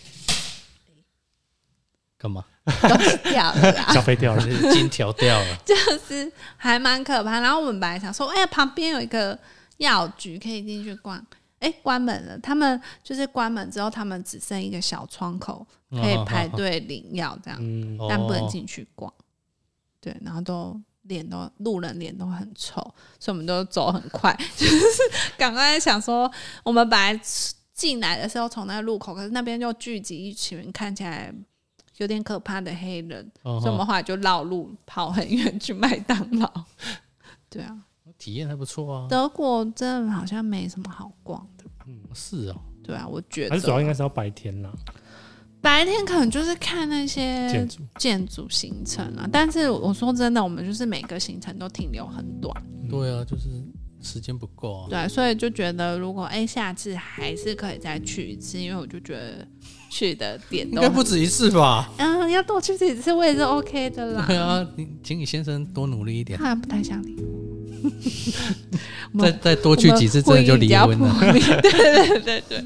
[SPEAKER 3] 干嘛？
[SPEAKER 1] 都掉了 啦，
[SPEAKER 2] 消费掉了，
[SPEAKER 3] 筋调掉了，
[SPEAKER 1] 就是还蛮可怕。然后我们本来想说，哎、呀，旁边有一个药局可以进去逛，哎、关门了。他们就是关门之后，他们只剩一个小窗口可以排队领药这样，
[SPEAKER 2] 嗯，
[SPEAKER 3] 哦，
[SPEAKER 1] 但不能进去逛。对，然后都脸都路人脸都很臭，所以我们都走很快， 就是赶快想说，我们本来进来的时候从那个路口，可是那边就聚集一群看起来有点可怕的黑人，
[SPEAKER 3] 哦
[SPEAKER 1] 所以我
[SPEAKER 3] 吼
[SPEAKER 1] 们后来就绕路跑很远去麦当劳。
[SPEAKER 2] 哦
[SPEAKER 1] 对啊，
[SPEAKER 3] 体验还不错啊。
[SPEAKER 1] 德国真的好像没什么好逛的。
[SPEAKER 3] 是哦，
[SPEAKER 1] 对啊，我觉
[SPEAKER 2] 还是主要应
[SPEAKER 1] 得
[SPEAKER 2] 该是要白天啦，
[SPEAKER 1] 白天可能就是看那
[SPEAKER 3] 嗯
[SPEAKER 1] 些
[SPEAKER 2] 建筑
[SPEAKER 1] 建筑行程啊，但是我说真的，我们就是每个行程都停留很短，
[SPEAKER 3] 对啊，就是时间不够啊。
[SPEAKER 1] 对，所以就觉得如果哎、下次还是可以再去一次，因为我就觉得去的点
[SPEAKER 3] 应
[SPEAKER 1] 都
[SPEAKER 3] 该不止一次吧？
[SPEAKER 1] 嗯，要多去几次我也是 OK 的 啦。
[SPEAKER 3] 对啊，你请你先生多努力一点，
[SPEAKER 1] 他不太想理我， 我
[SPEAKER 3] 再
[SPEAKER 1] 们
[SPEAKER 3] 再多去几次，真的就离婚
[SPEAKER 1] 我们
[SPEAKER 3] 了。
[SPEAKER 1] 呼吁比较不 对对对对，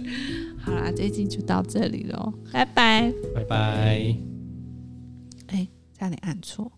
[SPEAKER 1] 好啦，这一集就到这里喽，拜拜。
[SPEAKER 2] 拜拜。
[SPEAKER 3] 拜。
[SPEAKER 1] 哎、差点按错。